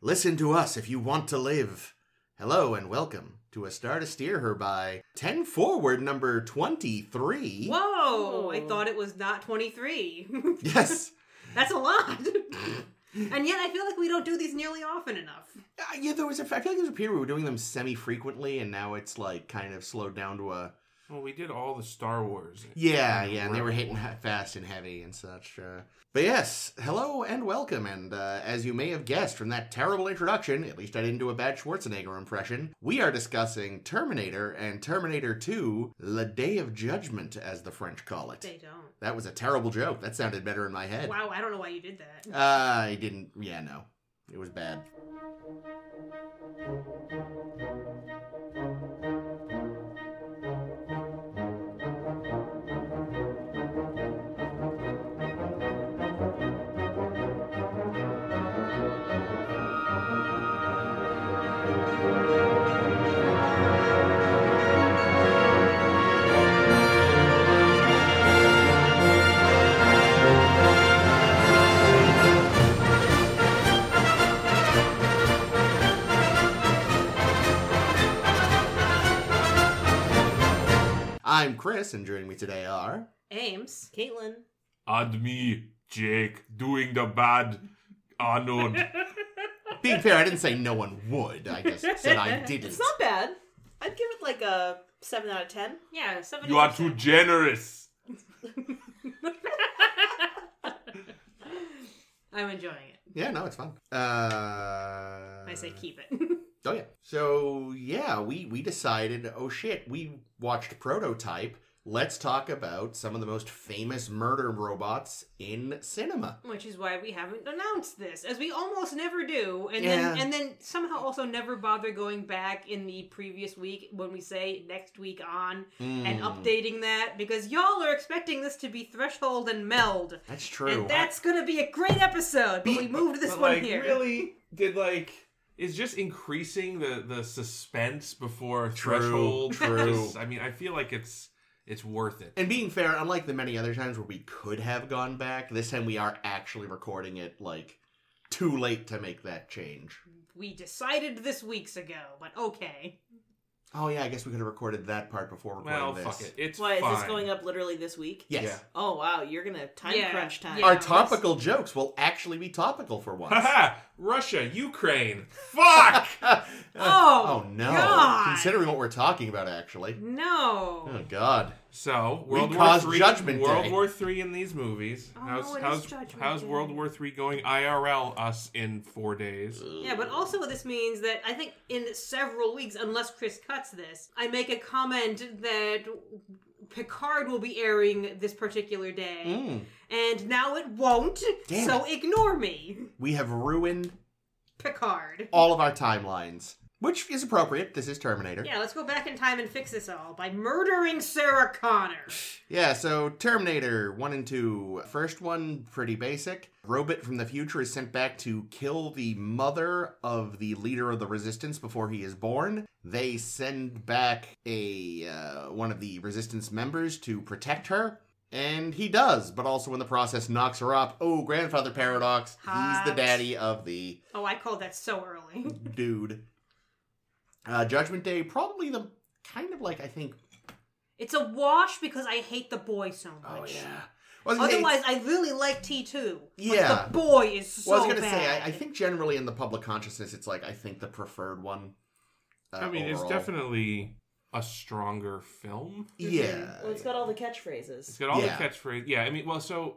Listen to us if you want to live. Hello and welcome to A Star to Steer Her by 10 Forward number 23. Whoa! I Oh. thought it was not 23. Yes. That's a lot. and yet I feel like we don't do these nearly often enough. Uh, yeah, there was a, I feel like there was a period we were doing them semi frequently, and now it's like kind of slowed down to a. Well, we did all the Star Wars. Yeah, yeah, and they were hitting ha- fast and heavy and such. Uh, but yes, hello and welcome. And uh, as you may have guessed from that terrible introduction, at least I didn't do a bad Schwarzenegger impression, we are discussing Terminator and Terminator 2, Le Day of Judgment, as the French call it. They don't. That was a terrible joke. That sounded better in my head. Wow, I don't know why you did that. Uh, I didn't. Yeah, no. It was bad. I'm Chris, and joining me today are. Ames. Caitlin. And me, Jake, doing the bad Arnold. Being fair, I didn't say no one would. I just said I didn't. It's not bad. I'd give it like a seven out of ten. Yeah, somebody. you are too generous. I'm enjoying it. Yeah, no, it's fine. Uh, I say keep it. Oh yeah. So yeah, we we decided. Oh shit, we watched Prototype. Let's talk about some of the most famous murder robots in cinema. Which is why we haven't announced this, as we almost never do, and then Yeah. and then somehow also never bother going back in the previous week when we say next week on and Mm, updating that because y'all are expecting this to be Threshold and Meld, That's true. and that's gonna be a great episode. But we moved this But, one like, here. really, did like is just increasing the the suspense before True, threshold. true. Just- I mean, I feel like it's it's worth it. and being fair, unlike the many other times where we could have gone back, this time we are actually recording it like too late to make that change. We decided this weeks ago, but okay. Oh yeah, I guess we could have recorded that part before recording Well, this. fuck it. It's Why is fine. this going up literally this week? Yes. Yeah. Oh wow, you're gonna time Yeah. crunch time. Yeah. Our topical jokes will actually be topical for once. Haha! Russia, Ukraine. Fuck! oh, Oh, no. God. Considering what we're talking about, actually. No. Oh God. So We World War caused Three, Judgment World Day. War Three in these movies. Oh, how's no, it is how's, Judgment how's Day. World War Three going IRL us in four days? Yeah, but also this means that I think in several weeks, unless Chris cuts this, I make a comment that Picard will be airing this particular day, Mm. and now it won't. Damn so ignore me, we have ruined Picard. all of our timelines, which is appropriate. This is Terminator. Yeah, let's go back in time and fix this all by murdering Sarah Connor. Yeah, so Terminator 1 and 2. First one, pretty basic. Robot from the future is sent back to kill the mother of the leader of the resistance before he is born. They send back a uh, one of the resistance members to protect her. And he does, but also in the process knocks her up. Oh, grandfather paradox. Hot. He's the daddy of the Oh, I called that so early. dude. Uh, Judgment Day, probably the kind of like I think. It's a wash because I hate the boy so Oh, much. I was gonna say- Otherwise, I really like T two. Yeah. the boy is so well, I was gonna bad. say I, I think generally in the public consciousness, it's like I think the preferred one. uh, I mean, overall. it's definitely a stronger film. Mm-hmm. yeah. Well, it's got all the It's catchphrases. got all Yeah. the catchphrase. Yeah, I mean, well, so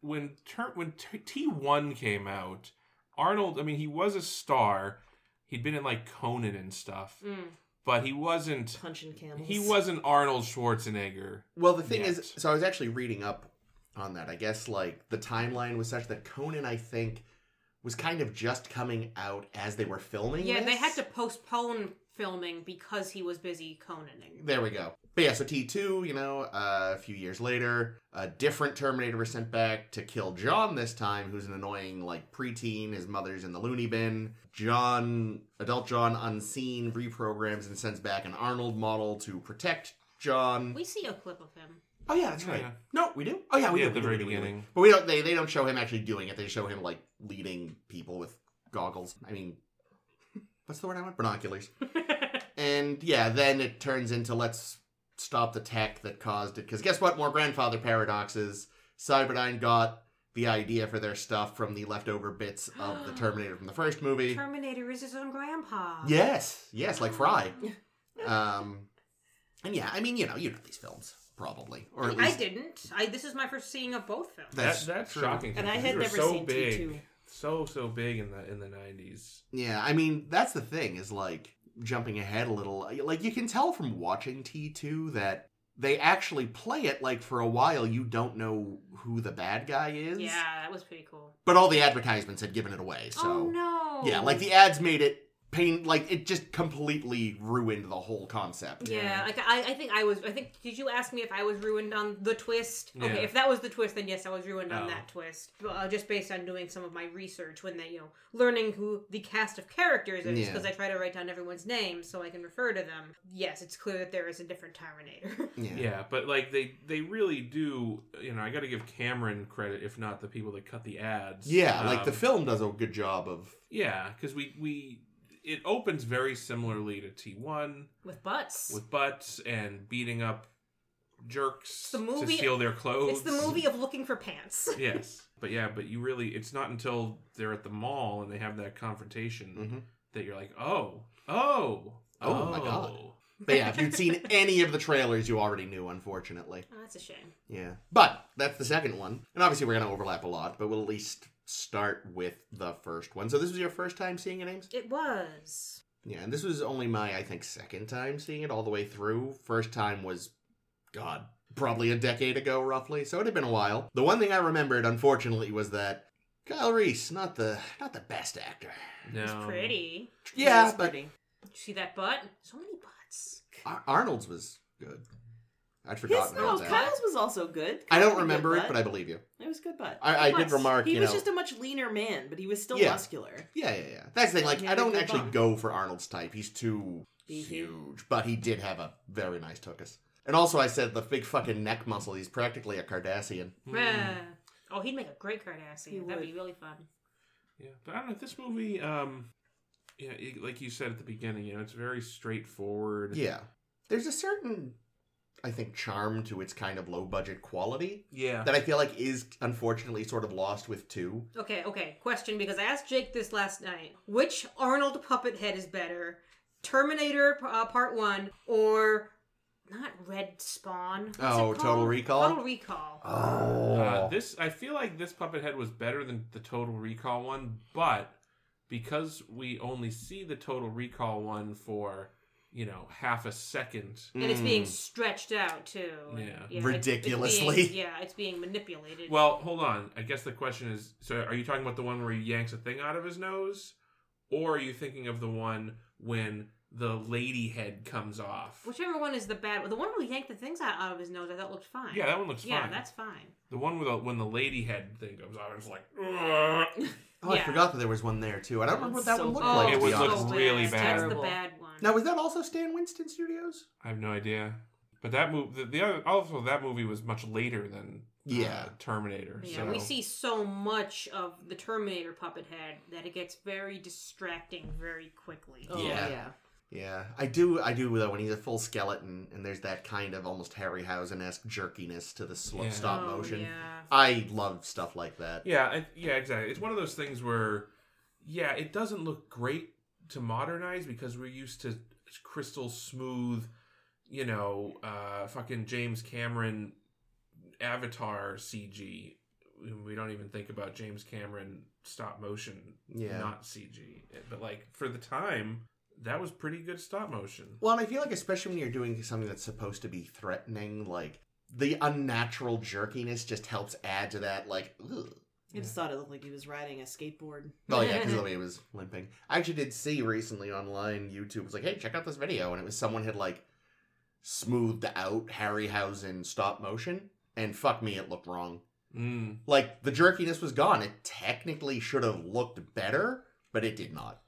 when ter- when T one came out, Arnold. I mean, he was a star. He'd been in like Conan and stuff, Mm. but he wasn't. Punching camels. He wasn't Arnold Schwarzenegger. Well, the thing Yet. is, so I was actually reading up on that. I guess like the timeline was such that Conan, I think, was kind of just coming out as they were filming. Yeah, they this. had to postpone filming because he was busy Conaning. There we go. But yeah, so T2, you know, uh, a few years later, a different Terminator was sent back to kill John this time, who's an annoying, like, preteen. His mother's in the loony bin. John, adult John, unseen, reprograms and sends back an Arnold model to protect John. We see a clip of him. oh, yeah, that's Yeah, right. yeah. No, we do? Oh, yeah, we Yeah, do. at we do, the very we do, we do. beginning. But we don't, they, they don't show him actually doing it. They show him, like, leading people with goggles. I mean, what's the word I want? Binoculars. and yeah, then it turns into let's stop the tech that caused it. Because guess what? More grandfather paradoxes. Cyberdyne got the idea for their stuff from the leftover bits of the Terminator from the first movie. Terminator is his own grandpa. Yes, yes, like Fry. Um, and yeah, I mean, you know, you know these films probably, or at I least didn't. I this is my first seeing of both films. That, that's that's true. shocking. to And me. I These had were never so seen big, T2. so so big in the in the nineties. Yeah, I mean, that's the thing is like jumping ahead a little. Like you can tell from watching T2 that they actually play it like for a while you don't know who the bad guy is. yeah, that was pretty cool. But all the advertisements had given it away. So oh no. Yeah, like the ads made it pain like it just completely ruined the whole concept. Yeah, like I, I think I was. I think did you ask me if I was ruined on the twist? Yeah. Okay, if that was the twist, then yes, I was ruined Oh. on that twist. But, Uh, just based on doing some of my research when they, you know, learning who the cast of characters is Yeah. because I try to write down everyone's names so I can refer to them. Yes, it's clear that there is a different Terminator. Yeah. Yeah. but like they they really do. You know, I got to give Cameron credit, if not the people that cut the ads. Yeah, like Um, the film does a good job of Yeah, because we we it opens very similarly to T one With butts. with butts and beating up jerks the movie- to steal their clothes. it's the movie of looking for pants. yes, but yeah, but you really it's not until they're at the mall and they have that confrontation Mhm. that you're like, oh, oh, Oh, my God. But yeah, if you'd seen any of the trailers you already knew, unfortunately. Oh, that's a shame. Yeah. But that's the second one. And obviously we're going to overlap a lot, but we'll at least start with the first one. So this was your first time seeing it, Ames? It was. Yeah, and this was only my, I think, second time seeing it all the way through. First time was, God, probably a decade ago, roughly. So it had been a while. The one thing I remembered, unfortunately, was that Kyle Reese, not the not the best actor. No, It's pretty. Yeah, It's but pretty. Did you see that butt? So many butts. Ar- Arnold's was good. I'd His, forgotten no, about that. Kyle's was also good. I don't Kyle's had a remember good it, but I believe you. I. It was a good butt. I, I He did was. remark, He you was know. just a much leaner man, but he was still Yeah. muscular. Yeah, yeah, yeah. That's the thing. Like, Yeah, I don't good actually bar. go for Arnold's type. He's too Beefy. huge, but he did have a very nice tuchus. And also, I said the big fucking neck muscle. He's practically a Cardassian. Hmm. Rah. Oh, he'd make a great Kardashian. He That'd would. be really fun. Yeah, but I don't know. This movie, um, yeah, it, like you said at the beginning, you know, it's very straightforward. Yeah, there's a certain, I think, charm to its kind of low budget quality yeah. that I feel like is unfortunately sort of lost with two. Okay, okay. Question because I asked Jake this last night. Which Arnold puppet head is better? Terminator uh, Part 1 or not Red Spawn? What's it Oh, called? Total Recall? Total Recall. Oh, Uh, this I feel like this puppet head was better than the Total Recall one, but because we only see the Total Recall one for you know half a second, And it's being stretched out too. Yeah. it's- Hmm. Ridiculously. It's being, yeah, it's being manipulated. Well, hold on. I guess the question is: so, are you talking about the one where he yanks a thing out of his nose, or are you thinking of the one when the lady head comes off? Whichever one is the bad one. The one who yanked the things out, out of his nose, I thought looked fine. yeah, that one looks Yeah, fine. that's fine. the one with the, when the lady head thing comes off. It's like "Ugh." oh, I yeah. forgot that there was one there too. I don't remember what that So one looked bad. like. It To would be look honest. look really bad. That's the Terrible. Oh, bad one. Now, was that also Stan Winston Studios? I have no idea. But that movie, the, the other, also that movie was much later than uh, Yeah. Terminator. Yeah, so. we see so much of the Terminator puppet head that it gets very distracting very quickly. Oh, Yeah. yeah. Yeah, I do. I do though. When he's a full skeleton, and there's that kind of almost Harryhausen esque jerkiness to the sl- Yeah. stop Oh, motion. Yeah. I love stuff like that. Yeah, I, yeah, exactly. It's one of those things where, yeah, it doesn't look great to modernize because we're used to crystal smooth, you know, uh, fucking James Cameron Avatar CG. We don't even think about James Cameron stop motion, Yeah. not CG. But like for the time, that was pretty good stop motion. Well, and I feel like especially when you're doing something that's supposed to be threatening, like the unnatural jerkiness just helps add to that. Like, ugh. I just thought it looked like he was riding a skateboard. oh yeah, because the way it was limping. I actually did see recently online YouTube was like, hey, check out this video, and it was someone had like smoothed out Harryhausen stop motion, and fuck me, it looked wrong. Mm. like the jerkiness was gone. It technically should have looked better, but it did not.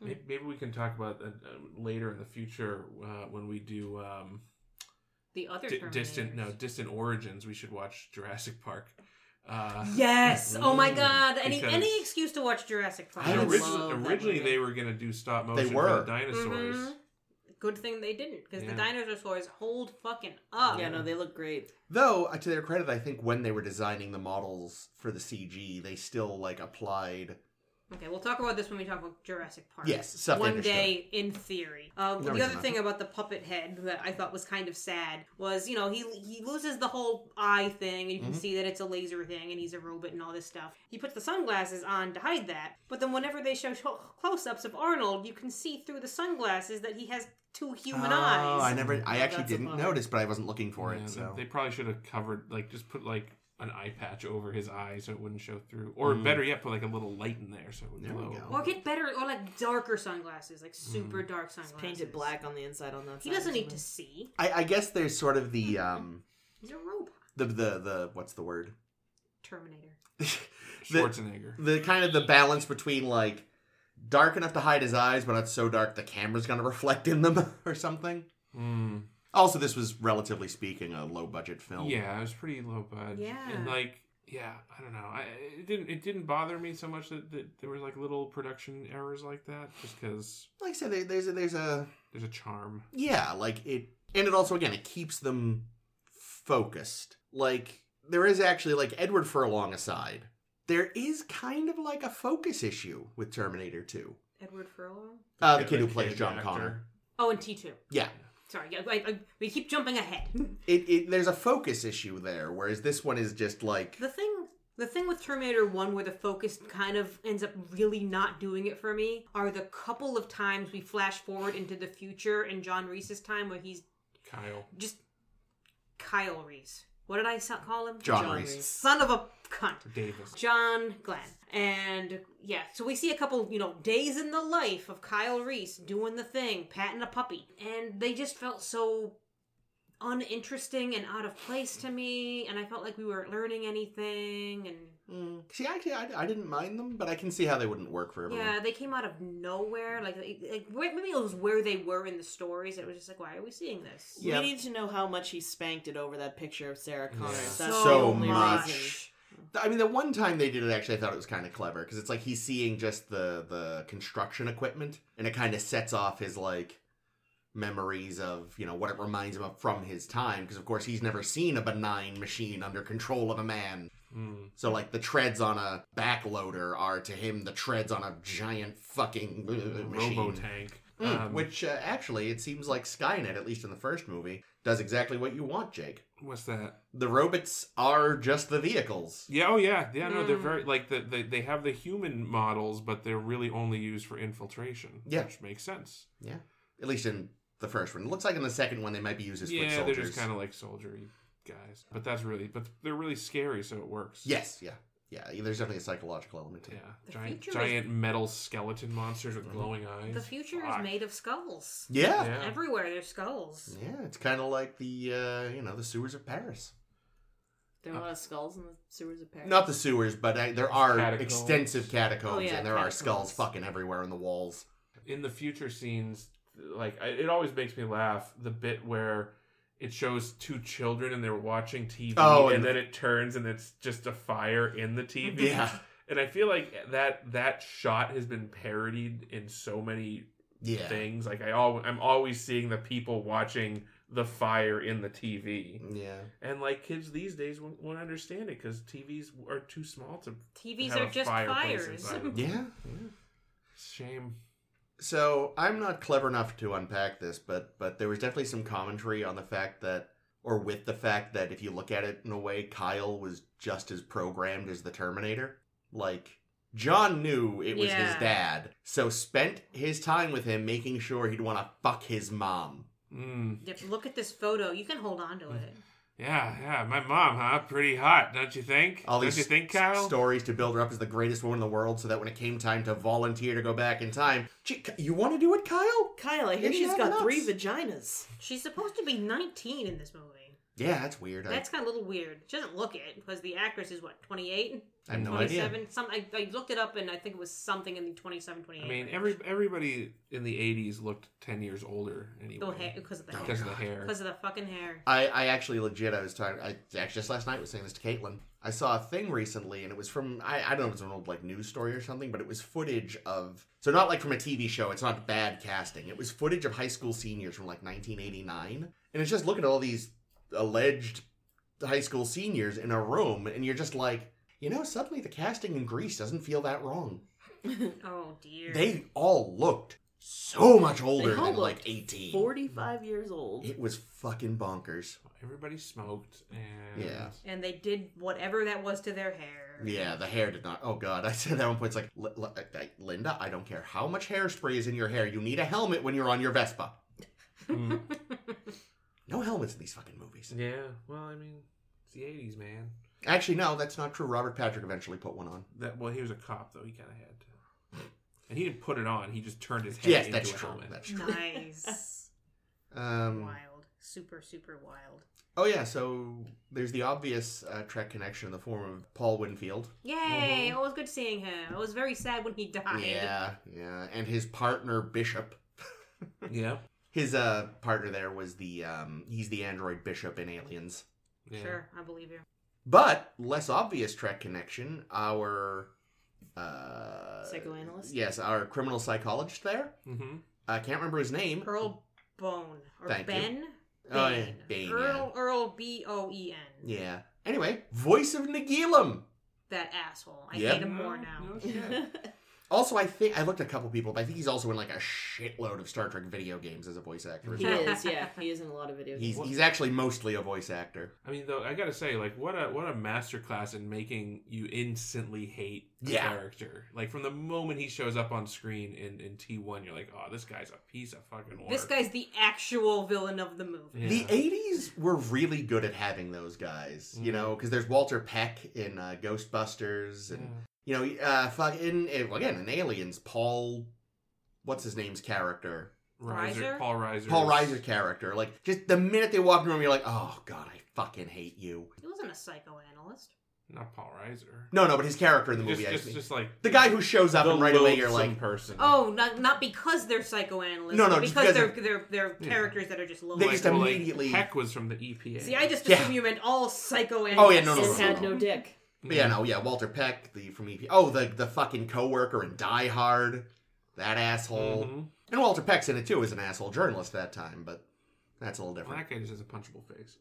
Maybe, maybe we can talk about that uh, later in the future uh, when we do um, The other Di- Terminators. distant no distant origins we should watch jurassic park Uh, Mm-hmm. Yes. Oh my god. Any Because- any excuse to watch Jurassic Park. I and would originally, love that originally movie. they were going to do stop motion for were. the dinosaurs. Mhm. Good thing they didn't, because Yeah. the dinosaurs hold fucking up. Yeah, no, they look great. Though, uh, to their credit, I think when they were designing the models for the CG, they still like applied. Okay, we'll talk about this when we talk about Jurassic Park. Yes, stuff they One understood. day, in theory. Um, No the reason other not thing about the puppet head that I thought was kind of sad was, you know, he he loses the whole eye thing, and you can Mhm. see that it's a laser thing, and he's a robot and all this stuff. He puts the sunglasses on to hide that, but then whenever they show close ups of Arnold, you can see through the sunglasses that he has two human oh, eyes. I never. I actually That's a didn't bummer. notice, but I wasn't looking for Yeah, it. they- So they probably should have covered like just put like an eye patch over his eye so it wouldn't show through, or Mm. better yet, put like a little light in there so it would There we glow. go. Or get better, or like darker sunglasses, like Mm-hmm. super dark It's sunglasses. painted black on the inside on that He side doesn't or need to something. see. I, I guess there's sort of the um He's a robot. the the the what's the word Terminator. Schwarzenegger. the kind of the balance between like dark enough to hide his eyes, but not so dark the camera's gonna reflect in them or something. Mm. Also, this was relatively speaking a low budget film. Yeah, it was pretty low bud. Yeah. and like yeah, I don't know. I it didn't it didn't bother me so much that, that there was like little production errors like that, just because like I said, there, there's a, there's a there's a charm. yeah, like it, and it also again it keeps them focused. Like there is actually like Edward Furlong aside, there is kind of like a focus issue with Terminator Two. Edward Furlong. Uh, the Yeah, kid who plays John actor. Connor. Oh, and T two. Yeah, Sorry, yeah, I, I, we keep jumping ahead. it, it there's a focus issue there, whereas this one is just like the thing, the thing with Terminator One, where the focus kind of ends up really not doing it for me, are the couple of times we flash forward into the future in John Reese's time, where he's Kyle. just Kyle Reese. What did I so- call him? John, John Reese. Reese. Son of a cunt. Davis. John Glenn. And yeah, so we see a couple, you know, days in the life of Kyle Reese doing the thing, patting a puppy. And they just felt so uninteresting and out of place to me. And I felt like we weren't learning anything. And Mm. See, actually, I, I didn't mind them, but I can see how they wouldn't work for everyone. yeah, they came out of nowhere. Like, like where- maybe it was where they were in the stories. It was just like, why are we seeing this? Yeah. We need to know how much he spanked it over that picture of Sarah Connor. Yeah. That's So the only much. reason. I mean, the one time they did it, actually, I thought it was kind of clever because it's like he's seeing just the the construction equipment, and it kind of sets off his like memories of you know what it reminds him of from his time. Because of course, he's never seen a benign machine under control of a man. Mm. So like the treads on a backloader are to him the treads on a giant fucking machine. Robo tank. Um, Mm, which uh, actually, it seems like Skynet, at least in the first movie, does exactly what you want, Jake. what's that? The robots are just the vehicles. Yeah, oh yeah, yeah. No, they're Mm. very like the, they they have the human models, but they're really only used for infiltration. Yeah. which makes sense. At least in the first one. It looks like in the second one they might be used as foot yeah, they're soldiers. just kind of like soldiery guys, but that's really but they're really scary, so it works. Yes, yeah, yeah. There's definitely a psychological element to yeah, it. The giant future is- giant metal skeleton monsters Mm-hmm. with glowing eyes. The future Fuck. is made of skulls. Yeah, yeah. Yeah. Everywhere there's skulls. it's kind of like the uh, you know the sewers of Paris. There are a lot of skulls in the sewers of Paris. Not the sewers, but uh, there are Catacombs. extensive catacombs, Oh, yeah, and there are catacombs. skulls fucking everywhere in the walls. in the future scenes, like I, it always makes me laugh. The bit where it shows two children and they're watching TV, Oh, and, and- then it turns and it's just a fire in the TV. Yeah, and I feel like that that shot has been parodied in so many yeah, things. Like I al- I'm always seeing the people watching the fire in the TV, yeah. and like kids these days won't, won't understand it because TVs are too small to. TVs have are a just fireplace fires. inside them. yeah, yeah. Shame. So I'm not clever enough to unpack this, but but there was definitely some commentary on the fact that, or with the fact that if you look at it in a way, Kyle was just as programmed as the Terminator. Like John knew it was his Yeah. dad, so spent his time with him making sure he'd want to fuck his mom. Mm. If look at this photo, you can hold on Mm. to it. Yeah, yeah, my mom, huh? Pretty hot, don't you think? All don't these you think, s- Kyle? stories to build her up as the greatest woman in the world, so that when it came time to volunteer to go back in time, "Gee, you want to do it, Kyle? Kyle, I hear Maybe she's have got nuts. three vaginas. She's supposed to be 19 in this movie. Yeah, that's weird. That's kind of a little weird. She doesn't look it because the actress is what 28, I, I have no idea. 27. Some I, I looked it up and I think it was something in the 27, 28. I mean, every everybody in the '80s looked ten years older the hair anyway because of the because hair, of the hair. because of the fucking hair. I, I actually legit I was talking I actually just last night was saying this to Caitlin. I saw a thing recently, and it was from I, I don't know if it's an old like news story or something, but it was footage of so not like from a TV show. It's not bad casting. It was footage of high school seniors from like 1989, and it's just looking at all these alleged high school seniors in a room, and you're just like, you know, suddenly the casting in Greece doesn't feel that wrong. Oh dear. They all looked so much older all than like looked 18. 45 years old. It was fucking bonkers. Everybody smoked and Yeah. and they did whatever that was to their hair. Yeah, the hair did not. Oh god, I said at one point, it's like, "Li- li- I- Linda, I don't care how much hairspray is in your hair, you need a helmet when you're on your Vespa. Mm. No helmets in these fucking movies. yeah. Well, I mean, it's the '80s, man. Actually, no, that's not true. Robert Patrick eventually put one on. That well, he was a cop though. He kind of had to, and he didn't put it on. He just turned his head Yes, into that's a true. helmet. That's true. nice. Um, wild. Super, super wild. oh yeah, so there's the obvious uh, Trek connection in the form of Paul Winfield. Yay! Always good seeing him. I was very sad when he died. Yeah, yeah, and his partner Bishop. yeah. His uh partner there was the um he's the android Bishop in Aliens. Yeah. Sure, I believe you. But less obvious Trek connection, our uh Psychoanalyst? Yes, our criminal psychologist there. Mm-hmm. I can't remember his name. Earl Bone. Or Thank you. Ben? Oh, yeah, Bane, Earl, Earl B O E N. yeah. yeah. Anyway, voice of Nagilum. That asshole. I Yep. hate him No, more now. no shit. Also, I think I looked at a couple people, but I think he's also in like a shitload of Star Trek video games as a voice actor. as he well. is, yeah. He is in a lot of videos. He's he's actually mostly a voice actor. I mean, though, I gotta say, like, what a what a masterclass in making you instantly hate the Yeah. character. Like from the moment he shows up on screen in in T one, you're like, oh, this guy's a piece of fucking work. This guy's the actual villain of the movie. Yeah. The 80s were really good at having those guys, you Mhm. know, because there's Walter Peck in uh, Ghostbusters and Yeah. You know, uh, fucking eh, well, again in Aliens, Paul, what's his name's character, Riser, Riser? Paul Riser, Paul Reiser's character. Like, just the minute they walk in the room, you're like, oh god, I fucking hate you. He wasn't a psychoanalyst. not Paul Riser. No, no, but his character in the movie, just, I just, mean. just like the guy who shows up the and right away you're loathsome like, person. Oh, not, not because they're psychoanalysts. No, no, but just because, because they're, they're, they're Yeah. characters that are just low. They just well, immediately- Heck was from the E EPA. See, I just Yeah. assume you meant all psychoanalysts. Oh, yeah, no, no, Sis no, had no dick. But yeah, no, yeah, Walter Peck, the from EP. Oh, the the fucking coworker in Die Hard, that asshole. Mhm. And Walter Peck's in it too as an asshole journalist that time, but that's a little Well, different. that guy just has a punchable face.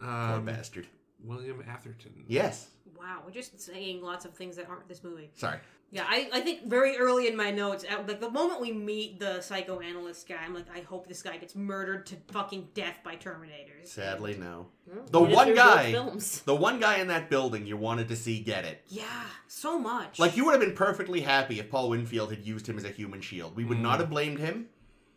Poor Um, bastard. William Atherton. Yes, Wow, we're just saying lots of things that aren't this movie. sorry. Yeah, I, I think very early in my notes, at, like the moment we meet the psychoanalyst guy, I'm like, I hope this guy gets murdered to fucking death by Terminators. Sadly, no. Mm. The He did one three good guy- Films. The one guy in that building you wanted to see get it. Yeah, so much. Like you would have been perfectly happy if Paul Winfield had used him as a human shield. We would Mm. not Hmm. have blamed him.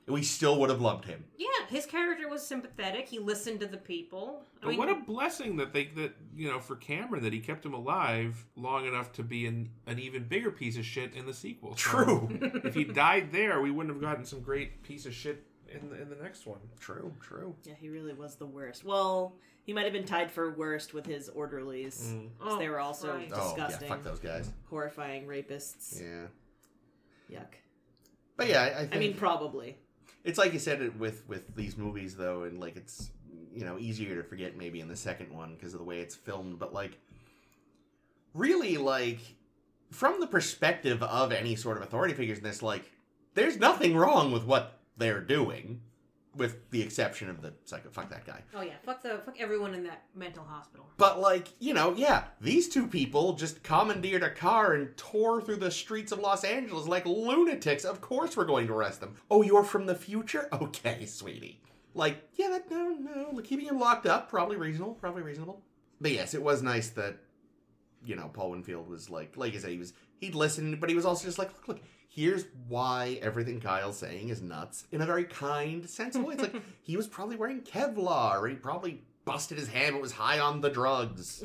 and We still would have loved him. yeah, his character was sympathetic. He listened to the people. I But mean, what a blessing that they that you know for Cameron that he kept him alive long enough to be an, an even bigger piece of shit in the sequel. So True. if he died there, we wouldn't have gotten some great piece of shit in the, in the next one. true, true. Yeah, he really was the worst. Well, he might have been tied for worst with his orderlies. Mm. 'cause Oh, they were also Christ. Oh, yeah, disgusting, fuck those guys. horrifying rapists. Yeah. Yuck. But yeah, I, I think I mean, probably. it's like you said it with with these movies though and like it's you know easier to forget maybe in the second one because of the way it's filmed, but like really like from the perspective of any sort of authority figures in this like there's nothing wrong with what they're doing with the exception of the psycho fuck that guy. Oh yeah, fuck the fuck everyone in that mental hospital. But like, you know, yeah, these two people just commandeered a car and tore through the streets of Los Angeles like lunatics. Of course we're going to arrest them. Oh, you're from the future? Okay, sweetie. Like, yeah, that no, no. like, Keeping him locked up, probably reasonable, probably reasonable. But yes, it was nice that, you know, Paul Winfield was like like I said, he was he'd listened, but he was also just like, look, look, here's why everything Kyle's saying is nuts in a very kind, sensible way. It's like he was probably wearing Kevlar, he probably busted his hand but was high on the drugs.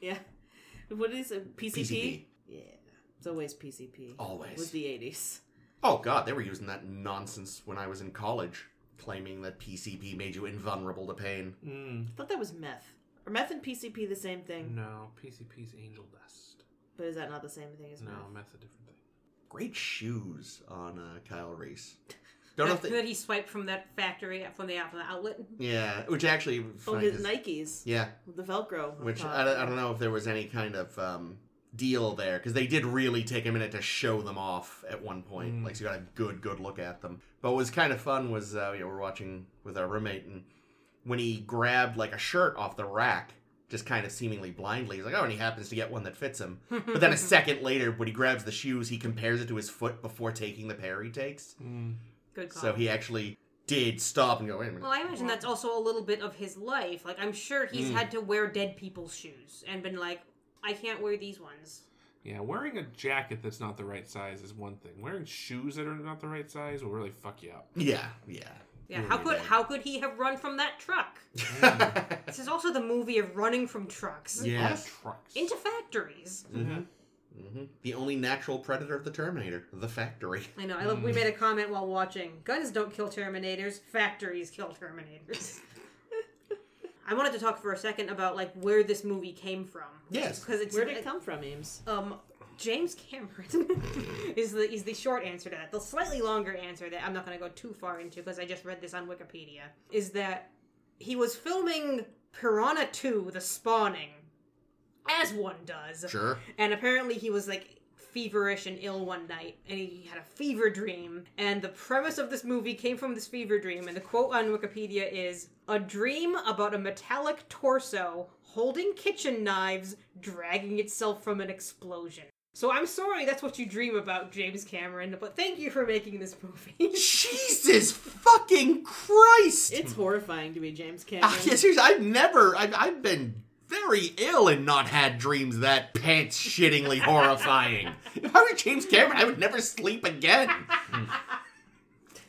Yeah. What is it? PCP? PCP. Yeah. It's always PCP. Always. It was the 80s. Oh god, they were using that nonsense when I was in college, claiming that PCP made you invulnerable to pain. Mm, I thought that was meth. Are meth and PCP the same thing? no, PCP's angel dust. But is that not the same thing as No, meth? meth's a different thing. Great shoes on uh, Kyle Reese. Don't know if That's they, good. He swiped from that factory from the from the outlet. yeah, which actually Oh, funny his is- Nikes. yeah, with The Velcro. which Uh, I don't, I don't know if there was any kind of um, deal there because they did really take a minute to show them off at one point. Mm. Like so you got a good good look at them. But what was kind of fun was uh, you know, we're watching with our roommate and when he grabbed like a shirt off the rack. Just kind of seemingly blindly, he's like, "Oh," and he happens to get one that fits him. But then a second later, when he grabs the shoes, he compares it to his foot before taking the pair he takes. Good call. So he actually did stop and go, "Wait a minute." Well, I imagine that's also a little bit of his life. Like, I'm sure he's Mm. had to wear dead people's shoes and been like, I can't wear these ones. Yeah, wearing a jacket that's not the right size is one thing. Wearing shoes that are not the right size will really fuck you up. Yeah, yeah. Yeah, Hmm. Yeah, how you're could right. how could he have run from that truck? This is also the movie of running from trucks yes. On trucks. into factories. Mm-hmm. hmm The only natural predator of the Terminator, the factory. I know. I love. We made a comment while watching. Guns don't kill Terminators. Factories kill Terminators. I wanted to talk for a second about like where this movie came from. Yes. because it's Where did it come from, Ames? Um, James Cameron is the is the short answer to that. The slightly longer answer that I'm not going to go too far into because I just read this on Wikipedia is that he was filming Piranha 2: The Spawning, as one does, Sure. and apparently he was like feverish and ill one night and he had a fever dream and the premise of this movie came from this fever dream and the quote on wikipedia is a dream about a metallic torso holding kitchen knives dragging itself from an explosion so i'm sorry that's what you dream about james cameron but thank you for making this movie Jesus fucking Christ! It's horrifying to be James Cameron. Ah, yeah, seriously, I've never. I've, I've been very ill and not had dreams that pants shittingly horrifying. If I were James Cameron, I would never sleep again.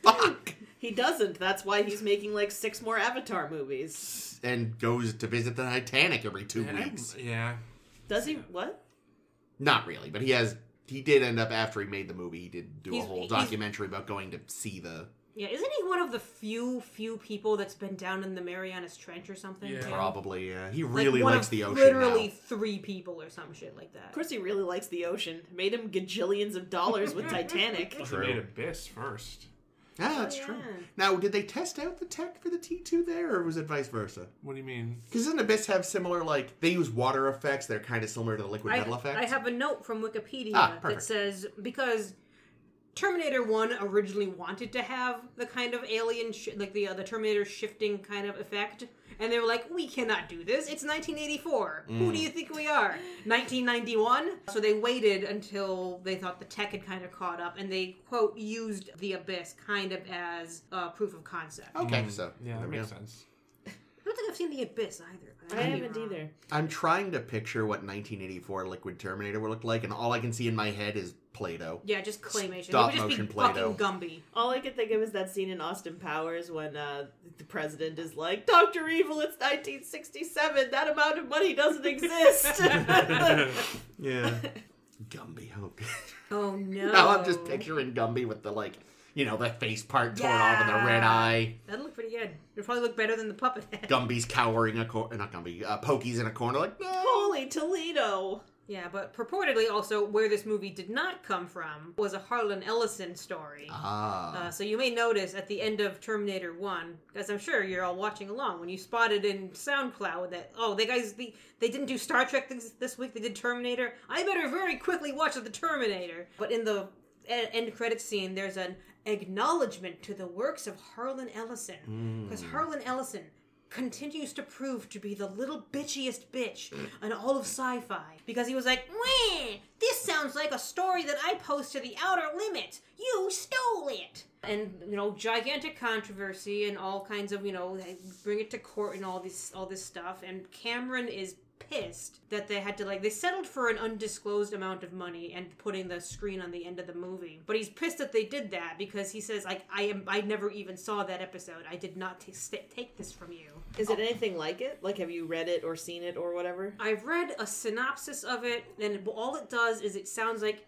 Fuck. He doesn't. That's why he's making like six more Avatar movies. And goes to visit the Titanic every two Man, I'm- weeks. yeah. Does he? What? Not really, but he has. He did end up after he made the movie. He did do He's- a whole he's- documentary about going to see the yeah isn't he one of the few few people that's been down in the marianas trench or something Yeah. too? Probably, yeah. He Like, really one likes of the ocean. literally now. three people or some shit like that Of course, he really likes the ocean. Made him gajillions of dollars with Titanic. Well, he True. made Abyss first. Ah, that's Oh, yeah. true. Now, did they test out the tech for the T2 there, or was it vice versa? What do you mean? Because doesn't Abyss have similar, like, they use water effects, they're kind of similar to the liquid I, metal effects? I have a note from Wikipedia Ah, that perfect. says because Terminator One originally wanted to have the kind of alien, sh- like the uh, the Terminator shifting kind of effect, and they were like, "We cannot do this. It's 1984. Hmm. Who do you think we are? 1991." So they waited until they thought the tech had kind of caught up, and they quote used the Abyss kind of as uh, proof of concept. I Okay, so. Mm, Yeah, there that we makes go. sense. don't think I've seen the Abyss either. but I may be haven't wrong. either. I'm trying to picture what 1984 Liquid Terminator would look like, and all I can see in my head is Play Doh. Yeah, just claymation. Stop it would just motion be Play-Doh. fucking Gumby. All I could think of is that scene in Austin Powers when uh, the president is like, "Doctor Evil, it's 1967. That amount of money doesn't exist." Yeah. Gumby. Oh, good. Oh no! Now I'm just picturing Gumby with the, like, you know, the face part torn off and the red Yeah. eye. That'd look pretty good. It'd probably look better than the puppet head. Gumby's cowering a corner. Not Gumby. Uh, Pokey's in a corner, like, no. Holy Toledo! Yeah, but purportedly also where this movie did not come from was a Harlan Ellison story. Ah. Uh, so you may notice at the end of Terminator One, because I'm sure you're all watching along, when you spotted in SoundCloud that oh they guys the, they didn't do Star Trek this, this week, they did Terminator. I better very quickly watch the Terminator. But in the e- end credit scene, there's an acknowledgement to the works of Harlan Ellison, because Harlan Ellison continues to prove to be the little bitchiest bitch in all of sci-fi because he was like, "Meh, this sounds like a story that I post to the outer limits. You stole it." And you know, gigantic controversy and all kinds of, you know, they bring it to court and all this all this stuff and Cameron is pissed that they had to like they settled for an undisclosed amount of money and putting the screen on the end of the movie but he's pissed that they did that because he says like i am i never even saw that episode i did not ta- st- take this from you Is it anything like it? Like, have you read it or seen it or whatever? I've read a synopsis of it, and all it does is it sounds like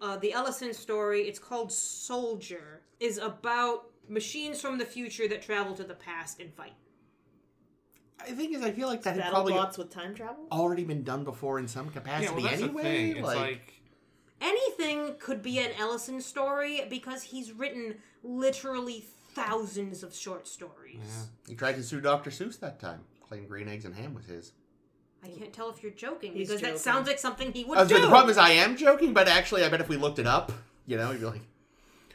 uh, the Ellison story. It's called Soldier. Is about machines from the future that travel to the past and fight. I think is I feel like that had Battle probably bots with time travel? already been done before in some Yeah, well, capacity that's the anyway. thing. It's Like, like anything could be an Ellison story because he's written literally thousands of short stories. He tried to sue Dr. Seuss that time. Claimed green eggs and ham was his. I can't tell if you're joking He's because joking. that sounds like something he would I was do. like, the problem is I am joking, but actually, I bet if we looked it up, you know, you'd be like,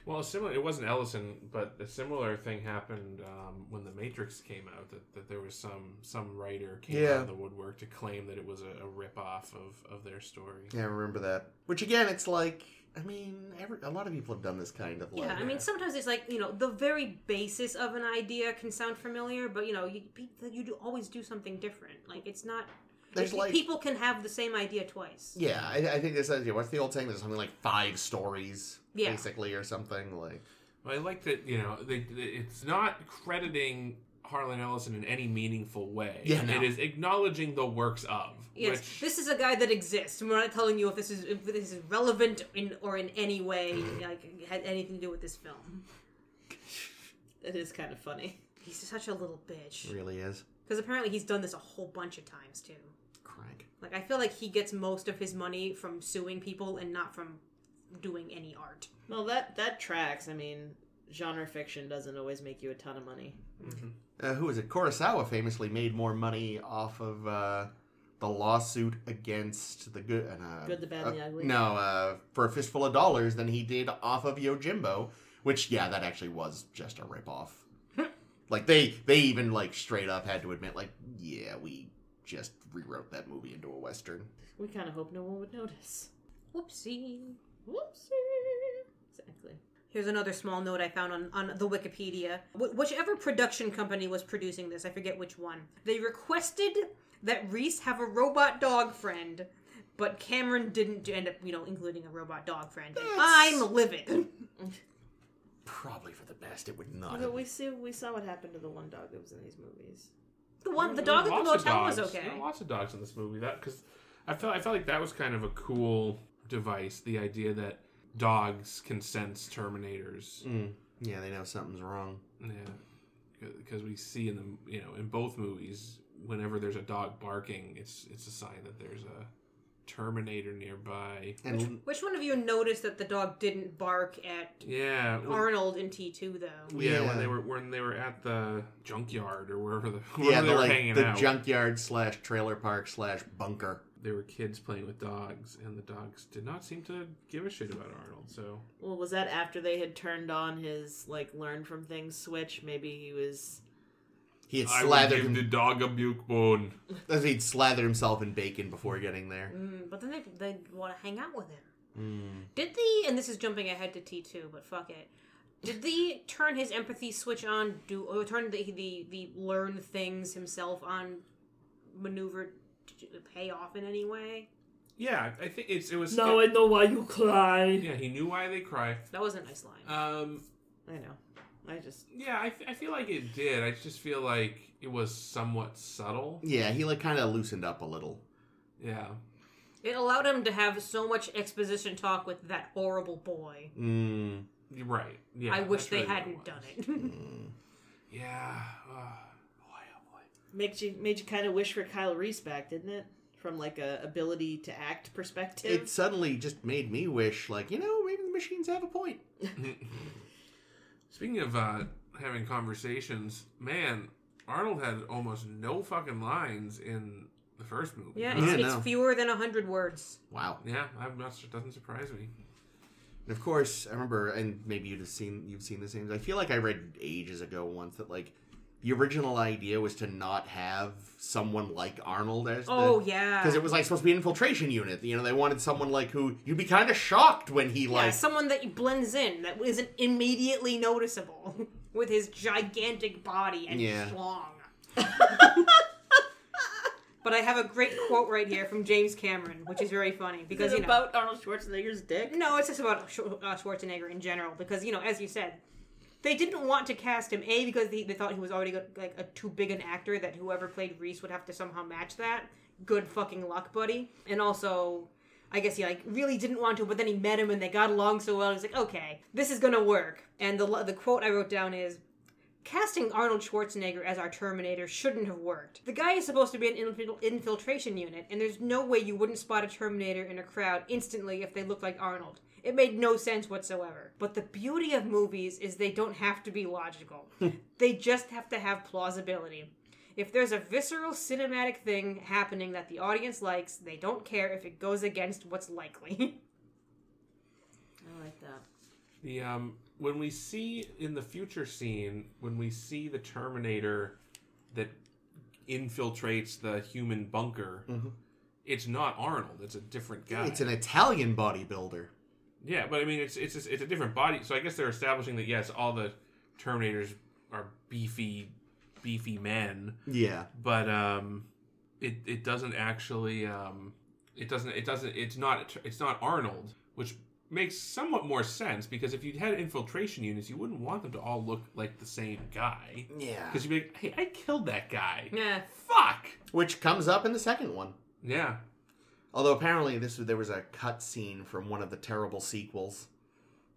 Well, a similar. It wasn't Ellison, but a similar thing happened um, when The Matrix came out. That, that there was some some writer came out Yeah. of the woodwork to claim that it was a, a rip off of, of their story. yeah, I remember that. Which again, it's like, I mean, every, a lot of people have done this kind of like. Yeah, I mean, sometimes it's like you know the very basis of an idea can sound familiar, but you know you pe- you do always do something different. Like it's not There's pe- like- people can have the same idea twice. Yeah, I, I think there's yeah, what's the old saying? There's something like five stories, Yeah. basically, or something like. I like that. You know, they, they- it's not crediting Harlan Ellison in any meaningful way. Yeah, no. it is acknowledging the works of. Yes, which, this is a guy that exists. and We're not telling you if this is if this is relevant in or in any way like had anything to do with this film. That is kind of funny. He's such a little bitch Really is. because apparently he's done this a whole bunch of times too. Crank. Like I feel like he gets most of his money from suing people and not from doing any art. Well, that that tracks. I mean, genre fiction doesn't always make you a ton of money. Uh, who was it? Kurosawa famously made more money off of uh, the lawsuit against the good. and, Uh, Good, the Bad, and the uh, Ugly. No, uh, for a fistful of dollars than he did off of Yojimbo, which yeah, that actually was just a ripoff. like they they even like straight up had to admit like yeah we just rewrote that movie into a western. We kind of hope no one would notice. Whoopsie. Whoopsie. Exactly. Here's another small note I found on, on the Wikipedia. Wh- whichever production company was producing this, I forget which one, they requested that Reese have a robot dog friend, but Cameron didn't end up, you know, including a robot dog friend. And That's- I'm livid. Probably for the best. It would not. But Have, we see we saw what happened to the one dog that was in these movies. The one, the There were dog at the lots of motel was dogs. There okay. were lots of dogs in this movie. That because I felt I felt like that was kind of a cool device. The idea that dogs can sense Terminators. Mm. yeah, they know something's wrong. Yeah, because we see in the you know in both movies whenever there's a dog barking, it's it's a sign that there's a Terminator nearby. Which, And which one of you noticed that the dog didn't bark at Yeah. when- Arnold in T2 though? yeah, Yeah. when they were when they were at the junkyard or wherever the wherever yeah, they the were like hanging the out, junkyard slash trailer park slash bunker. there were kids playing with dogs, and the dogs did not seem to give a shit about Arnold. So Well, was that after they had turned on his like learn from things switch? Maybe he was. He had I would slathered give him, the dog a buke bone. as he'd slathered himself in bacon before getting there. Mm, but then they they want to hang out with him. Mm. Did the and this is jumping ahead to T two, but fuck it. Did the turn his empathy switch on? Do or turn the the the learn things himself on maneuver to pay off in any way? Yeah, I think it's it was. I know why you cry. yeah, he knew why they cry. That was a nice line. Um, I know. I just yeah, I, f- I feel like it did. I just feel like it was somewhat subtle. Yeah, he like kind of loosened up a little. Yeah, it allowed him to have so much exposition talk with that horrible boy. Mm. you're right. Yeah, I wish that's they really what hadn't was. done it. Yeah. ah, boy, oh boy. made you made you kind of wish for Kyle Reese back, didn't it? From like a ability to act perspective. It suddenly just made me wish, like you know, maybe the machines have a point. Speaking of uh, having conversations, man, Arnold had almost no fucking lines in the first movie. yeah, Yeah, it's, no. it's fewer than hundred words. Wow. yeah, I'm not. It doesn't surprise me. And of course, I remember, and maybe you've seen you've seen the same. I feel like I read ages ago once that like the original idea was to not have someone like Arnold as the, Oh yeah, because it was like supposed to be an infiltration unit. You know, they wanted someone like who you'd be kind of shocked when he yeah, like someone that blends in that isn't immediately noticeable with his gigantic body and Yeah. schlong. but I have a great quote right here from James Cameron, which is very funny because Is you it know. about Arnold Schwarzenegger's dick? no, it's just about Sch- uh, Schwarzenegger in general because you know, as you said, they didn't want to cast him a because they, they thought he was already like a too big an actor that whoever played Reese would have to somehow match that. Good fucking luck, buddy. And also, I guess he like really didn't want to, but then he met him and they got along so well. He's like, okay, this is gonna work. And the lo- the quote I wrote down is. Casting Arnold Schwarzenegger as our Terminator shouldn't have worked. The guy is supposed to be an infil- infiltration unit, and there's no way you wouldn't spot a Terminator in a crowd instantly if they looked like Arnold. It made no sense whatsoever. But the beauty of movies is they don't have to be logical, Hmm. they just have to have plausibility. If there's a visceral cinematic thing happening that the audience likes, they don't care if it goes against what's likely. I like that. The um when we see in the future scene when we see the Terminator that infiltrates the human bunker, it's not Arnold. It's a different guy. Mm-hmm. It's an Italian bodybuilder. yeah, but I mean it's it's just, it's a different body. So I guess they're establishing that yes, all the Terminators are beefy, beefy men, Yeah. but um, it it doesn't actually um, it doesn't it doesn't it's not it's not Arnold, which makes somewhat more sense because if you had infiltration units, you wouldn't want them to all look like the same guy. Yeah. Because you'd be like, hey, I killed that guy. Yeah. Fuck. Which comes up in the second one. Yeah. Although apparently this there was a cut scene from one of the terrible sequels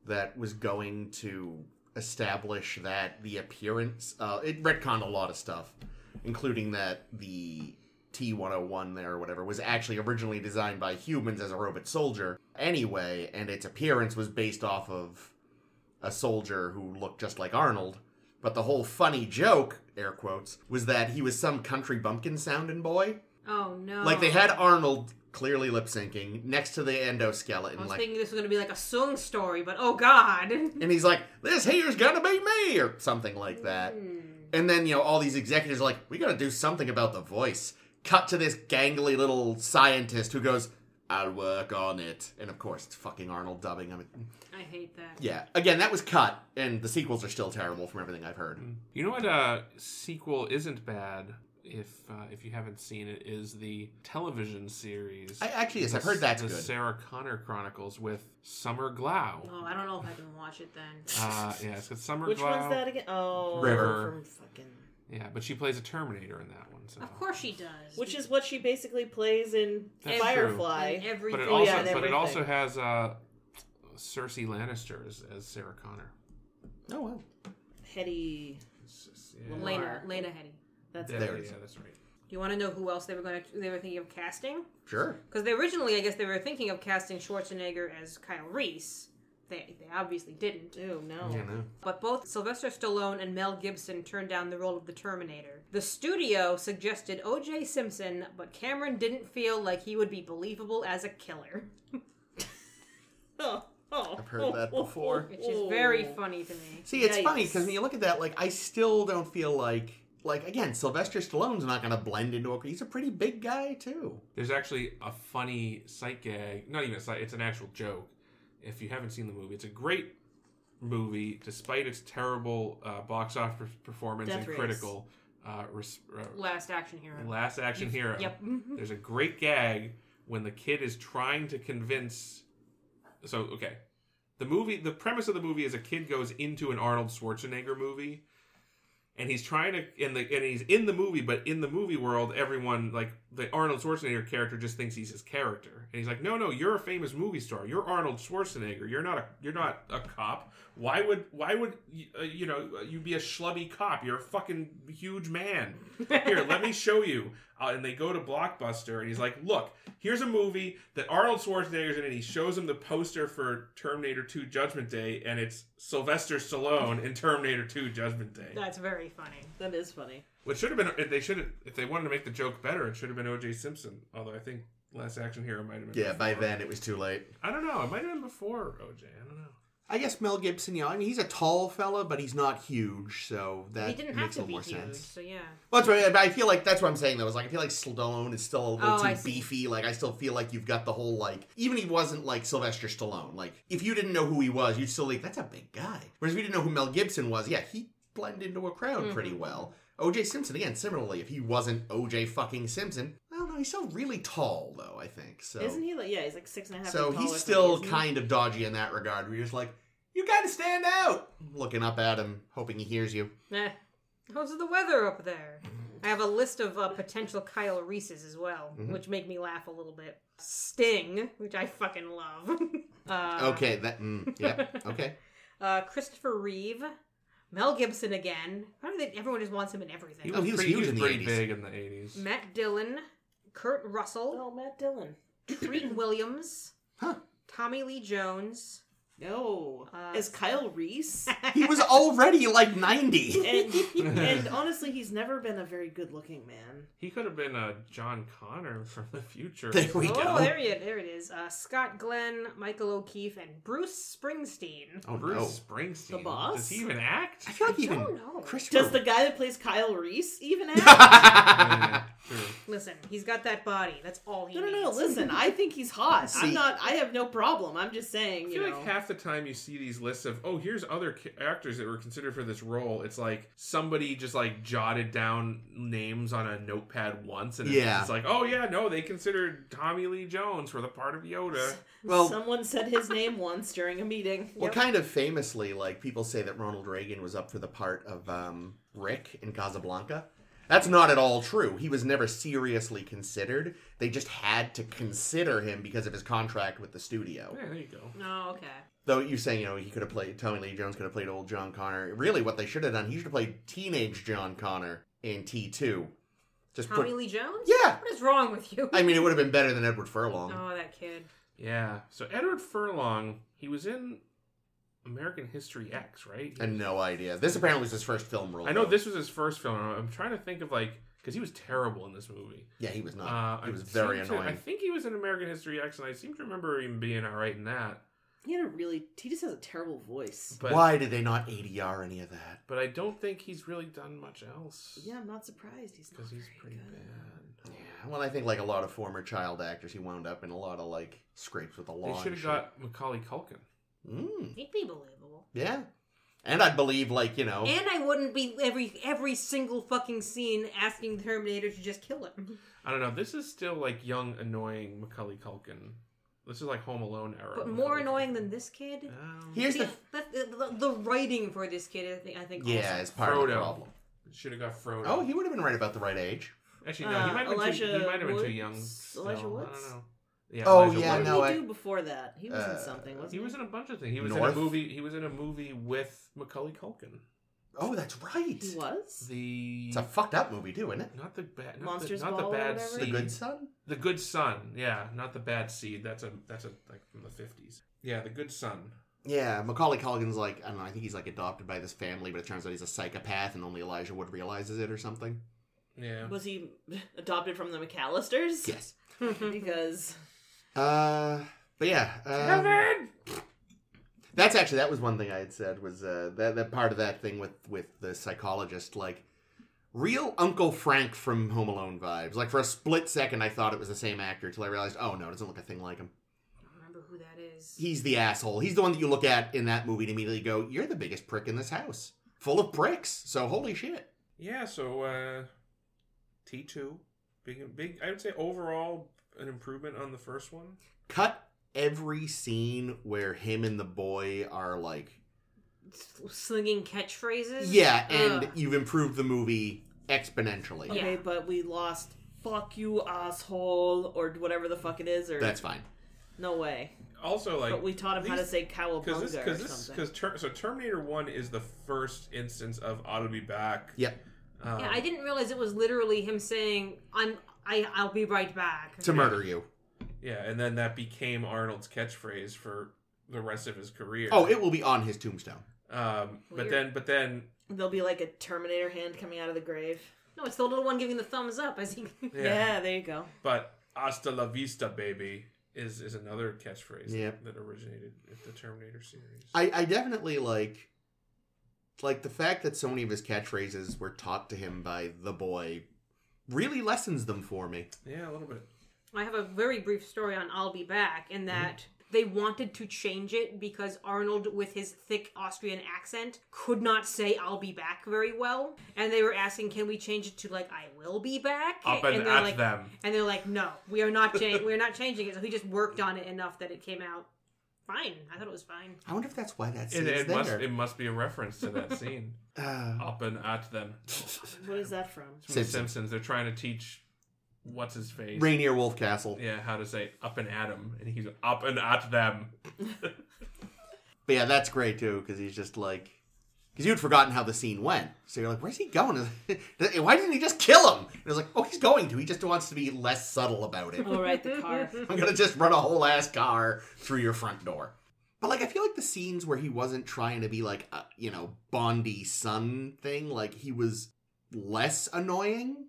that was going to establish that the appearance uh, it retconned a lot of stuff, including that the T one hundred one there or whatever was actually originally designed by humans as a robot soldier anyway, and its appearance was based off of a soldier who looked just like Arnold. But the whole funny joke, air quotes, was that he was some country bumpkin sounding boy. Oh no. Like they had Arnold clearly lip syncing next to the I endoskeleton, was like, thinking this was gonna be like a Sung story, but oh god. and he's like, "This here's gonna be me," or something like that. Hmm. And then you know, all these executives are like, "We gotta do something about the voice." Cut to this gangly little scientist who goes, "I'll work on it," and of course, it's fucking Arnold dubbing. I mean, I hate that. yeah. Again, that was cut, and the sequels are still terrible from everything I've heard. You know what? Uh, sequel isn't bad. If uh, if you haven't seen it, is the television series. I actually, yes, I've The- heard that's the good. Sarah Connor Chronicles with Summer Glau. Oh, I don't know if I can watch it then. Uh, yeah, it's got Summer Which Glau. one's that again? Oh, River. from fucking. Yeah, but she plays a Terminator in that one. So. Of course she does. Which is what she basically plays in That's Firefly. And everything. But it Oh, also, yeah, and but it everything. also has uh, Cersei Lannister as, as Sarah Connor. Oh well. Hetty. It's just- yeah. Lan- Lena, Lena Headey. That's Yeah, it. There it yeah, is. that's right. Do you want to know who else they were going to? They were thinking of casting Sure. because they originally, I guess, they were thinking of casting Schwarzenegger as Kyle Reese. They they obviously didn't. Ew, no. Yeah, no. But both Sylvester Stallone and Mel Gibson turned down the role of the Terminator. The studio suggested O.J. Simpson, but Cameron didn't feel like he would be believable as a killer, Oh, oh, I've heard that before. which is very Oh. funny to me. See, it's Yikes. funny because when you look at that, like I still don't feel like like again, Sylvester Stallone's not going to blend into a. He's a pretty big guy too. There's actually a funny sight gag. Not even a sight. It's an actual joke. If you haven't seen the movie, it's a great movie, despite its terrible uh, box office performance Death and Race. critical. Uh, res- uh, Last Action Hero. Last Action Hero. Yep. mm-hmm. There's a great gag when the kid is trying to convince. So okay, the movie. The premise of the movie is a kid goes into an Arnold Schwarzenegger movie, and he's trying to and the and he's in the movie, but in the movie world, everyone like the Arnold Schwarzenegger character just thinks he's his character, and he's like, no, no, you're a famous movie star. You're Arnold Schwarzenegger. You're not a you're not a cop. Why would why would y- uh, you know you be a schlubby cop? You're a fucking huge man. Here, let me show you. Uh, and they go to Blockbuster, and he's like, "Look, here's a movie that Arnold Schwarzenegger's in." And he shows him the poster for Terminator 2: Judgment Day, and it's Sylvester Stallone in Terminator 2: Judgment Day. That's very funny. That is funny. Which should have been if they should have if they wanted to make the joke better, it should have been O.J. Simpson. Although I think Last Action Hero might have been. Yeah, by before. then it was too late. I don't know. It might have been before O.J. I don't know. I guess Mel Gibson, you know, I mean, he's a tall fella, but he's not huge, so that he didn't have makes to a be little more huge, sense. so yeah. Well, that's right. but I feel like that's what I'm saying though. Is like I feel like Stallone is still a little Oh, I too see. beefy. Like I still feel like you've got the whole like even he wasn't like Sylvester Stallone. Like if you didn't know who he was, you'd still like that's a big guy. Whereas if you didn't know who Mel Gibson was, yeah, he blended into a Mm-hmm. crowd pretty well. O.J. Simpson again, similarly, if he wasn't O.J. fucking Simpson, I don't know. He's still really tall though. I think so. Isn't he like, yeah, he's like six and a half So feet tall or he's something, still isn't he? kind of dodgy in that regard. Where you're just like, you gotta stand out. Looking up at him, hoping he hears you. Eh. How's the weather up there? I have a list of uh, potential Kyle Reese's as well, Mm-hmm. which make me laugh a little bit. Sting, which I fucking love. uh, okay, that. Mm, yep. Okay. uh, Christopher Reeve, Mel Gibson again. I don't think everyone just wants him in everything. He Oh, was, he was pretty, huge he was in the pretty 80s. big in the 80s. Matt Dillon, Kurt Russell, Oh, Matt Dillon. Treat Williams, Huh. Tommy Lee Jones. No, Uh, as Kyle Reese. He was already like 90. and, and honestly, he's never been a very good-looking man. He could have been a John Connor from the future. There we oh, go. there, you, there it is. Uh, Scott Glenn, Michael O'Keefe, and Bruce Springsteen. Oh, no. Bruce Springsteen. The boss? Does he even act? I feel like I even don't know. Chris Does the Rock- guy that plays Kyle Reese even act? Yeah, true. Listen, he's got that body. That's all he No, no, needs. no. Listen, I think he's hot. See. I'm not. I have no problem. I'm just I saying. You feel know. like half the time you see these lists of oh here's other ca- actors that were considered for this role. It's like somebody just like jotted down names on a notepad once, and Yeah. it's like oh yeah no they considered Tommy Lee Jones for the part of Yoda. Well- someone said his name once during a meeting. Well, Yep. kind of famously, like people say that Ronald Reagan was up for the part of um, Rick in Casablanca. That's not at all true. He was never seriously considered. They just had to consider him because of his contract with the studio. Yeah, there you go. Oh, okay. Though you saying, you know, he could have played Tommy Lee Jones could have played old John Connor. Really, what they should have done, he should have played teenage John Connor in T two. Just Tommy put, Lee Jones? yeah. What is wrong with you? I mean, it would have been better than Edward Furlong. Oh, that kid. Yeah. So Edward Furlong, he was in American History X, right? I had no idea. This apparently was his first film role. I know though. this was his first film. and I'm trying to think of like because he was terrible in this movie. Yeah, he was Uh, not. I he was very seem to- I annoying. think he was in American History X, and I seem to remember him being all right in that. He had a really. He just has a terrible voice. But Why did they not ADR any of that? But I don't think he's really done much else. Yeah, I'm not surprised. He's not because he's very pretty good. bad. Yeah, well, I think like a lot of former child actors, he wound up in a lot of like scrapes with the law. They should and have got Macaulay Culkin. shit. Mm, He'd be believable. yeah, and I'd believe like you know, And I wouldn't be every every single fucking scene asking the Terminator to just kill him. I don't know. This is still like young, annoying Macaulay Culkin. This is like Home Alone era. But more Macaulay annoying Culkin. than this kid. Um, here's The, the the, the, the writing for this kid, I think, I think yeah, also. it's part of the Frodo. problem. should have got Frodo. Oh, he would have been right about the right age. actually no. he Uh, might have been too, Elijah he might have been too Woods? young. Elijah still. I Woods? don't know. Yeah. Oh, Elijah yeah, what Woods. did no, he I- do before that? He was Uh, in something, wasn't He was in a bunch of things. He was North? in a movie. He was in a movie with Macaulay Culkin. Oh, that's right. He was. The It's a fucked up movie too, isn't it? not the bad not Monsters the, not Ball or the bad whatever? seed. The Good Son. The Good Son, yeah, not the Bad Seed. That's a that's a like from the fifties. Yeah, the Good Son. Yeah, Macaulay Culkin's like I don't know. I think he's like adopted by this family, but it turns out he's a psychopath, and only Elijah Wood realizes it or something. Yeah, Was he adopted from the McAllisters? Yes. Because Uh, but yeah. Um, Kevin. That's actually that was one thing I had said was uh, that that part of that thing with with the psychologist like real Uncle Frank from Home Alone vibes. Like for a split second, I thought it was the same actor till I realized, oh no, it doesn't look a thing like him. I don't remember who that is. He's the asshole. He's the one that you look at in that movie and immediately go, you're the biggest prick in this house, full of bricks. So holy shit. Yeah, so uh T two, big big. I would say overall an improvement on the first one. Cut every scene where him and the boy are like, S- Slinging catchphrases? yeah, and Ugh. you've improved the movie exponentially. uh, Yeah. okay, but we lost. Fuck you, asshole, or whatever the fuck it is, or That's fine. no way. Also, like but we taught him how to these- say cowabunga because this because or this something. because ter- so Terminator One is the first instance of "Ought to Be Back." Yep. Um, Yeah, I didn't realize it was literally him saying, "I'm, I, I'll be right back." To murder you. yeah, and then that became Arnold's catchphrase for the rest of his career. Oh, it will be on his tombstone. Um, but Weird. then, but then, There'll be like a Terminator hand coming out of the grave. No, it's the little one giving the thumbs up as he. yeah. there you go. But "Hasta la vista, baby" is is another catchphrase Yep. that originated with the Terminator series. I, I definitely like like the fact that so many of his catchphrases were taught to him by the boy really lessens them for me. yeah, a little bit. I have a very brief story on "I'll be back" Mhm. in that. They wanted to change it because Arnold, with his thick Austrian accent, could not say "I'll be back" very well, and they were asking, "Can we change it to like I will be back?" Up and, they're at like, them. and they're like, "No, we are not cha- we're not changing it." So he just worked on it enough that it came out fine. I thought it was fine. I wonder if that's why that It, scene's it there. must it must be a reference to that scene. Uh, Up and at them. It's What is that from? from The Simpsons. Simpsons. They're trying to teach what's his face. Rainier Wolfcastle. Yeah, how to say up and at him, and he's up and at them. But yeah, that's great too because he's just like because you'd forgotten how the scene went. So you're like, where's he going? Why didn't he just kill him? And it was like, oh, he's going to. He just wants to be less subtle about it. All right, the car. I'm gonna just run a whole ass car through your front door. But like, I feel like the scenes where he wasn't trying to be like, a, you know, Bondy son thing, like he was less annoying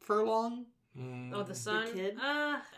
for long. Oh, the son. kid? Uh,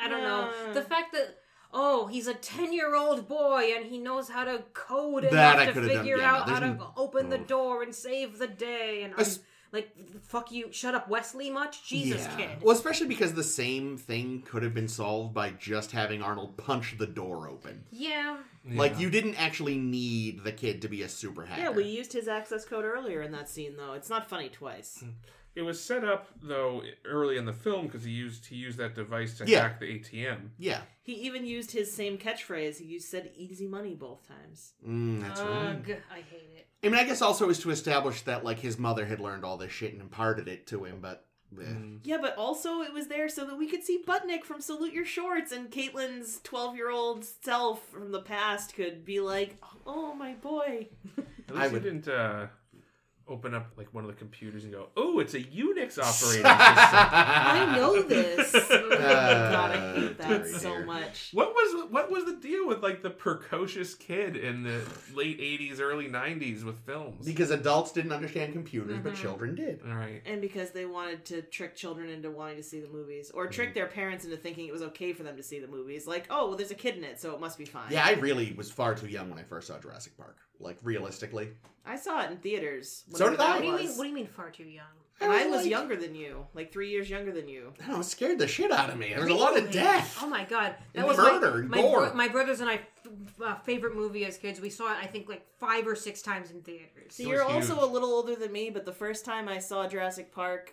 I don't know. Yeah. The fact that oh, he's a ten-year-old boy and he knows how to code and That I have to coulda done. figure Yeah, no, out how there's to open the Oof. door and save the day. And I'm, Es- like, fuck you, shut up, Wesley. Much Jesus Yeah. kid. Well, especially because the same thing could have been solved by just having Arnold punch the door open. Yeah, Like you didn't actually need the kid to be a super hacker. Yeah, we used his access code earlier in that scene, though. It's not funny twice. Hmm. It was set up though early in the film because he used he used that device to Yeah. hack the ATM. Yeah. He even used his same catchphrase. He said "easy money" both times. Mm, that's Uh, right. ugh, I hate it. I mean, I guess also it was to establish that like his mother had learned all this shit and imparted it to him, but eh. Yeah, but also it was there so that we could see Butnick from Salute Your Shorts and Caitlyn's 12 year old self from the past could be like, oh, my boy. At I least he would- didn't uh, open up like one of the computers and go, "Oh, it's a Unix operating system." Ah. I know this. Oh my Uh, God, I hate that dear, so dear. much. What was what was the deal with like the precocious kid in the late '80s, early '90s with films? because adults didn't understand computers, but Mm-hmm. Mhm. children did. All right, And because they wanted to trick children into wanting to see the movies or Mm. trick their parents into thinking it was okay for them to see the movies. Like, oh, well, there's a kid in it, so it must be fine. Yeah, I really was far too young when I first saw Jurassic Park. Like realistically, I saw it in theaters. So whenever did I. What that do you was. mean? What do you mean? Far too young? And I was like- younger than you, like three years younger than you. I don't know, it scared the shit out of me. There was a lot of death. Oh my god, that And was murder and my, my, gore. bro- my brothers and I f- uh, favorite movie as kids. We saw it, I think, like five or six times in theaters. So It you're was also huge. a little older than me, but the first time I saw Jurassic Park,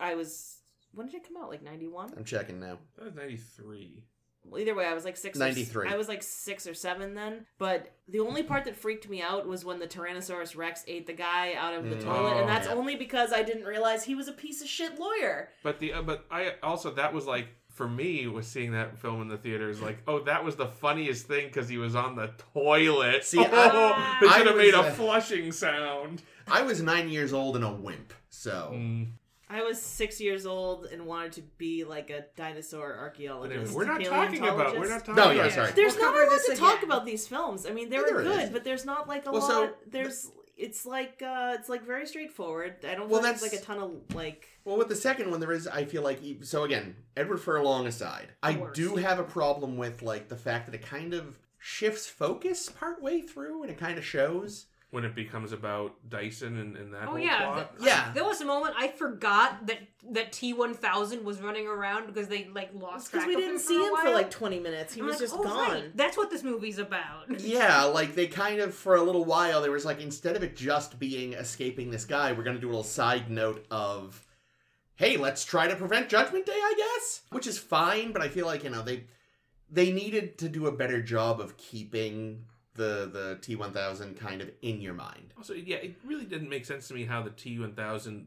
I was when did it come out? Like ninety one. I'm checking now. that was '93. Well, either way, I was like six. or- 93. I was like six or seven then. But the only part that freaked me out was when the Tyrannosaurus Rex ate the guy out of the Mm. toilet, Oh, and that's yeah. only because I didn't realize he was a piece of shit lawyer. But the uh, but I also that was like for me was seeing that film in the theaters like oh that was the funniest thing because he was on the toilet. See, I- oh, it I should have was, made uh, a flushing sound. I was nine years old and a wimp, so Mm. I was six years old and wanted to be like a dinosaur Anyway, archaeologist. we're not talking about we're paleontologist. not talking No, about Oh, yeah, sorry. There's We'll not a cover lot this to talk again. about these films. I mean, they Yeah, were there is. good, but there's not like a Well, lot. so- there's it's like uh it's like very straightforward. I don't Well, feel like there's like that's- a ton of like. Well, with the second one, there is. I feel like he- so. Again, Edward Furlong aside, I Worst. do have a problem with like the fact that it kind of shifts focus partway through, and it kind of shows. when it becomes about Dyson and, and that Oh, whole yeah, plot. Yeah, There was a moment I forgot that that T one thousand was running around because they like lost Because track we of didn't him see for a him for while. like 20 minutes. He I'm was like, just "Oh, gone. right, That's what this movie's about. yeah. Like they kind of for a little while, there was like instead of it just being escaping this guy, we're gonna do a little side note of, hey, let's try to prevent Judgment Day, I guess, which is fine. But I feel like you know they they needed to do a better job of keeping the the T one thousand kind of in your mind. Also, yeah, it really didn't make sense to me how the T one thousand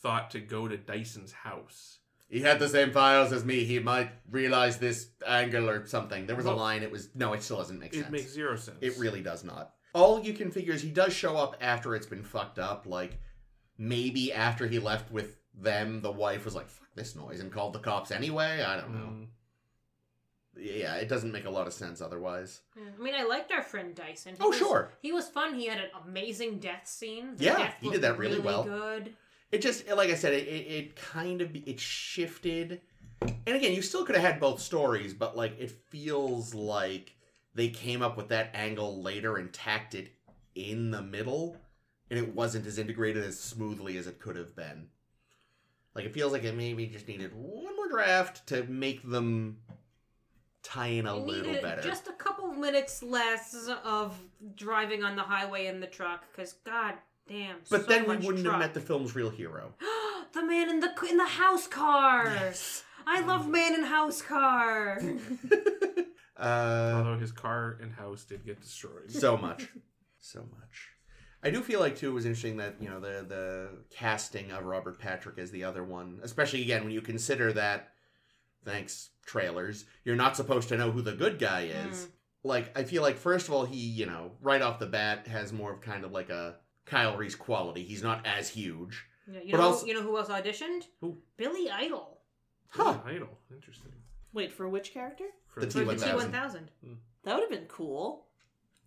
thought to go to Dyson's house. He had the same files as me. He might realize this angle or something. There was Well- a line. It was no. It still doesn't make sense. It makes zero sense. It really does not. All you can figure is he does show up after it's been fucked up. Like maybe after he left with them, the wife was like, "Fuck this noise," and called the cops anyway. I don't know. Mm. Yeah, it doesn't make a lot of sense otherwise. I mean, I liked our friend Dyson. He Oh, was- sure. he was fun. He had an amazing death scene. The Yeah, death he did looked that really well. Good. It just like I said, it it, it kind of it shifted. And again, you still could have had both stories, but like it feels like they came up with that angle later and tacked it in the middle, and it wasn't as integrated as smoothly as it could have been. Like it feels like it maybe just needed one more draft to make them tie in a He little needed better. just a couple minutes less of driving on the highway in the truck because God damn. but so then we much wouldn't truck. have met the film's real hero. the man in the in the house car. I love man in house car. Uh, Although his car and house did get destroyed. so much so much i do feel like too it was interesting that you know the the casting of robert patrick as the other one especially again when you consider that thanks trailers you're not supposed to know who the good guy is like i feel like first of all he you know right off the bat has more of kind of like a Kyle Reese quality. He's not as huge. Yeah, you But know, also- you know who else auditioned? Who? Billy Idol. Huh. Idol. Interesting. Wait, for which character? For The For the T1000. T1000. That would have been cool.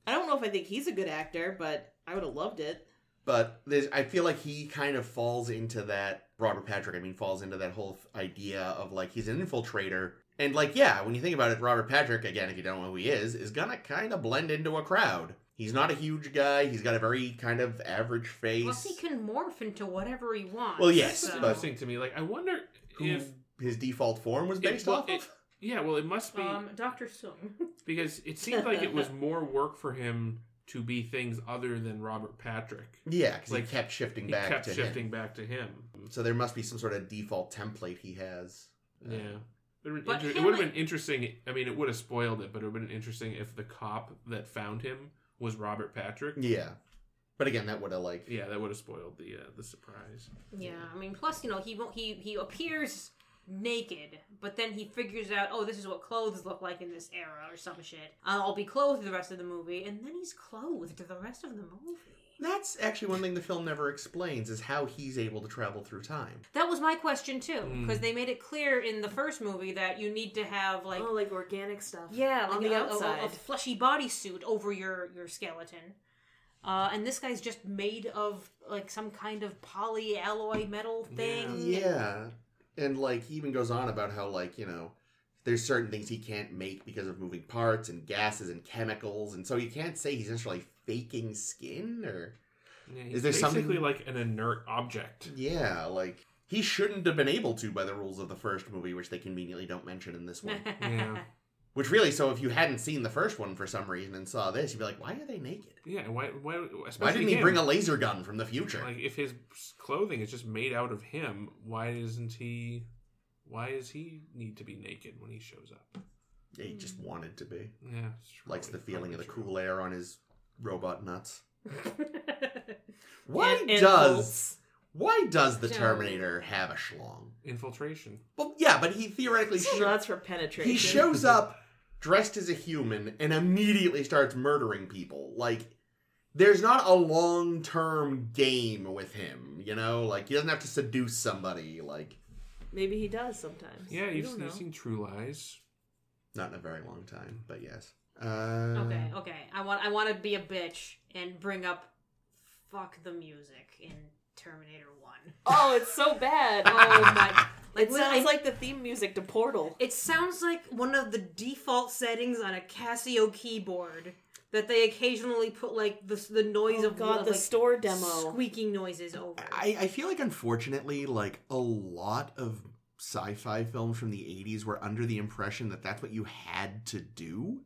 I don't know if I think he's a good actor, but I would have loved it. But there's, I feel like he kind of falls into that Robert Patrick. I mean, falls into that whole th- idea of like he's an infiltrator, and like yeah, when you think about it, Robert Patrick again, if you don't know who he is, is gonna kind of blend into a crowd. He's not a huge guy. He's got a very kind of average face. Plus, he can morph into whatever he wants. Well, yes, That's so- but- interesting to me. Like, I wonder who if his default form was it- based well, off it- of. yeah, well, it must be um, Doctor Sung. because it seemed like it was more work for him to be things other than Robert Patrick. Yeah, because like, he kept shifting He back kept to shifting him. back to him. So there must be some sort of default template he has. Yeah. Um, It would But inter- it him- would have been interesting. I mean, it would have spoiled it, but it would have been interesting if the cop that found him was Robert Patrick. Yeah. But again, that would have like Yeah, that would have spoiled the uh, the surprise. Yeah, I mean, plus you know he won't, he he appears naked, but then he figures out oh this is what clothes look like in this era or some shit. Uh, I'll be clothed the rest of the movie, and then he's clothed the rest of the movie. That's actually one thing the film never explains is how he's able to travel through time. That was my question too, Hmm. because they made it clear in the first movie that you need to have Oh, like. like organic stuff. Yeah, like on the a, a- outside. a, a fleshy bodysuit over your your skeleton, uh, and this guy's just made of like some kind of poly alloy metal thing. Yeah. And like he even goes on about how like, you know, there's certain things he can't make because of moving parts and gases and chemicals and so you can't say he's necessarily faking skin or Yeah, Is there basically something- like an inert object? Yeah, like he shouldn't have been able to by the rules of the first movie, which they conveniently don't mention in this one. Yeah, which really, so if you hadn't seen the first one for some reason and saw this, you'd be like, why are they naked? yeah. Why? Why? Especially Why didn't he him. bring a laser gun from the future? Like, if his clothing is just made out of him, why isn't he? Why does he need to be naked when he shows up? he just wanted to be. Yeah, it's Likes the probably- feeling of the probably true. cool air on his robot nuts. Why And- and does bolts. why does the Don't. Terminator have a schlong? infiltration. Well, yeah, but he theoretically sh- No, that's for penetration. he shows up dressed as a human and immediately starts murdering people. Like there's not a long term game with him, you know. Like he doesn't have to seduce somebody. Like Maybe he does sometimes. Yeah, We you've, don't you've know. seen True Lies. not in a very long time, but yes. Uh, Okay, okay. I want I want to be a bitch and bring up fuck the music in Terminator 1. Oh, it's so bad. Oh my. Like, it when sounds I- like the theme music to Portal. it sounds like one of the default settings on a Casio keyboard that they occasionally put like the the noise Oh of God, of, the like, store demo. squeaking noises over. I, I feel like unfortunately, like a lot of sci-fi films from the 80s were under the impression that that's what you had to do.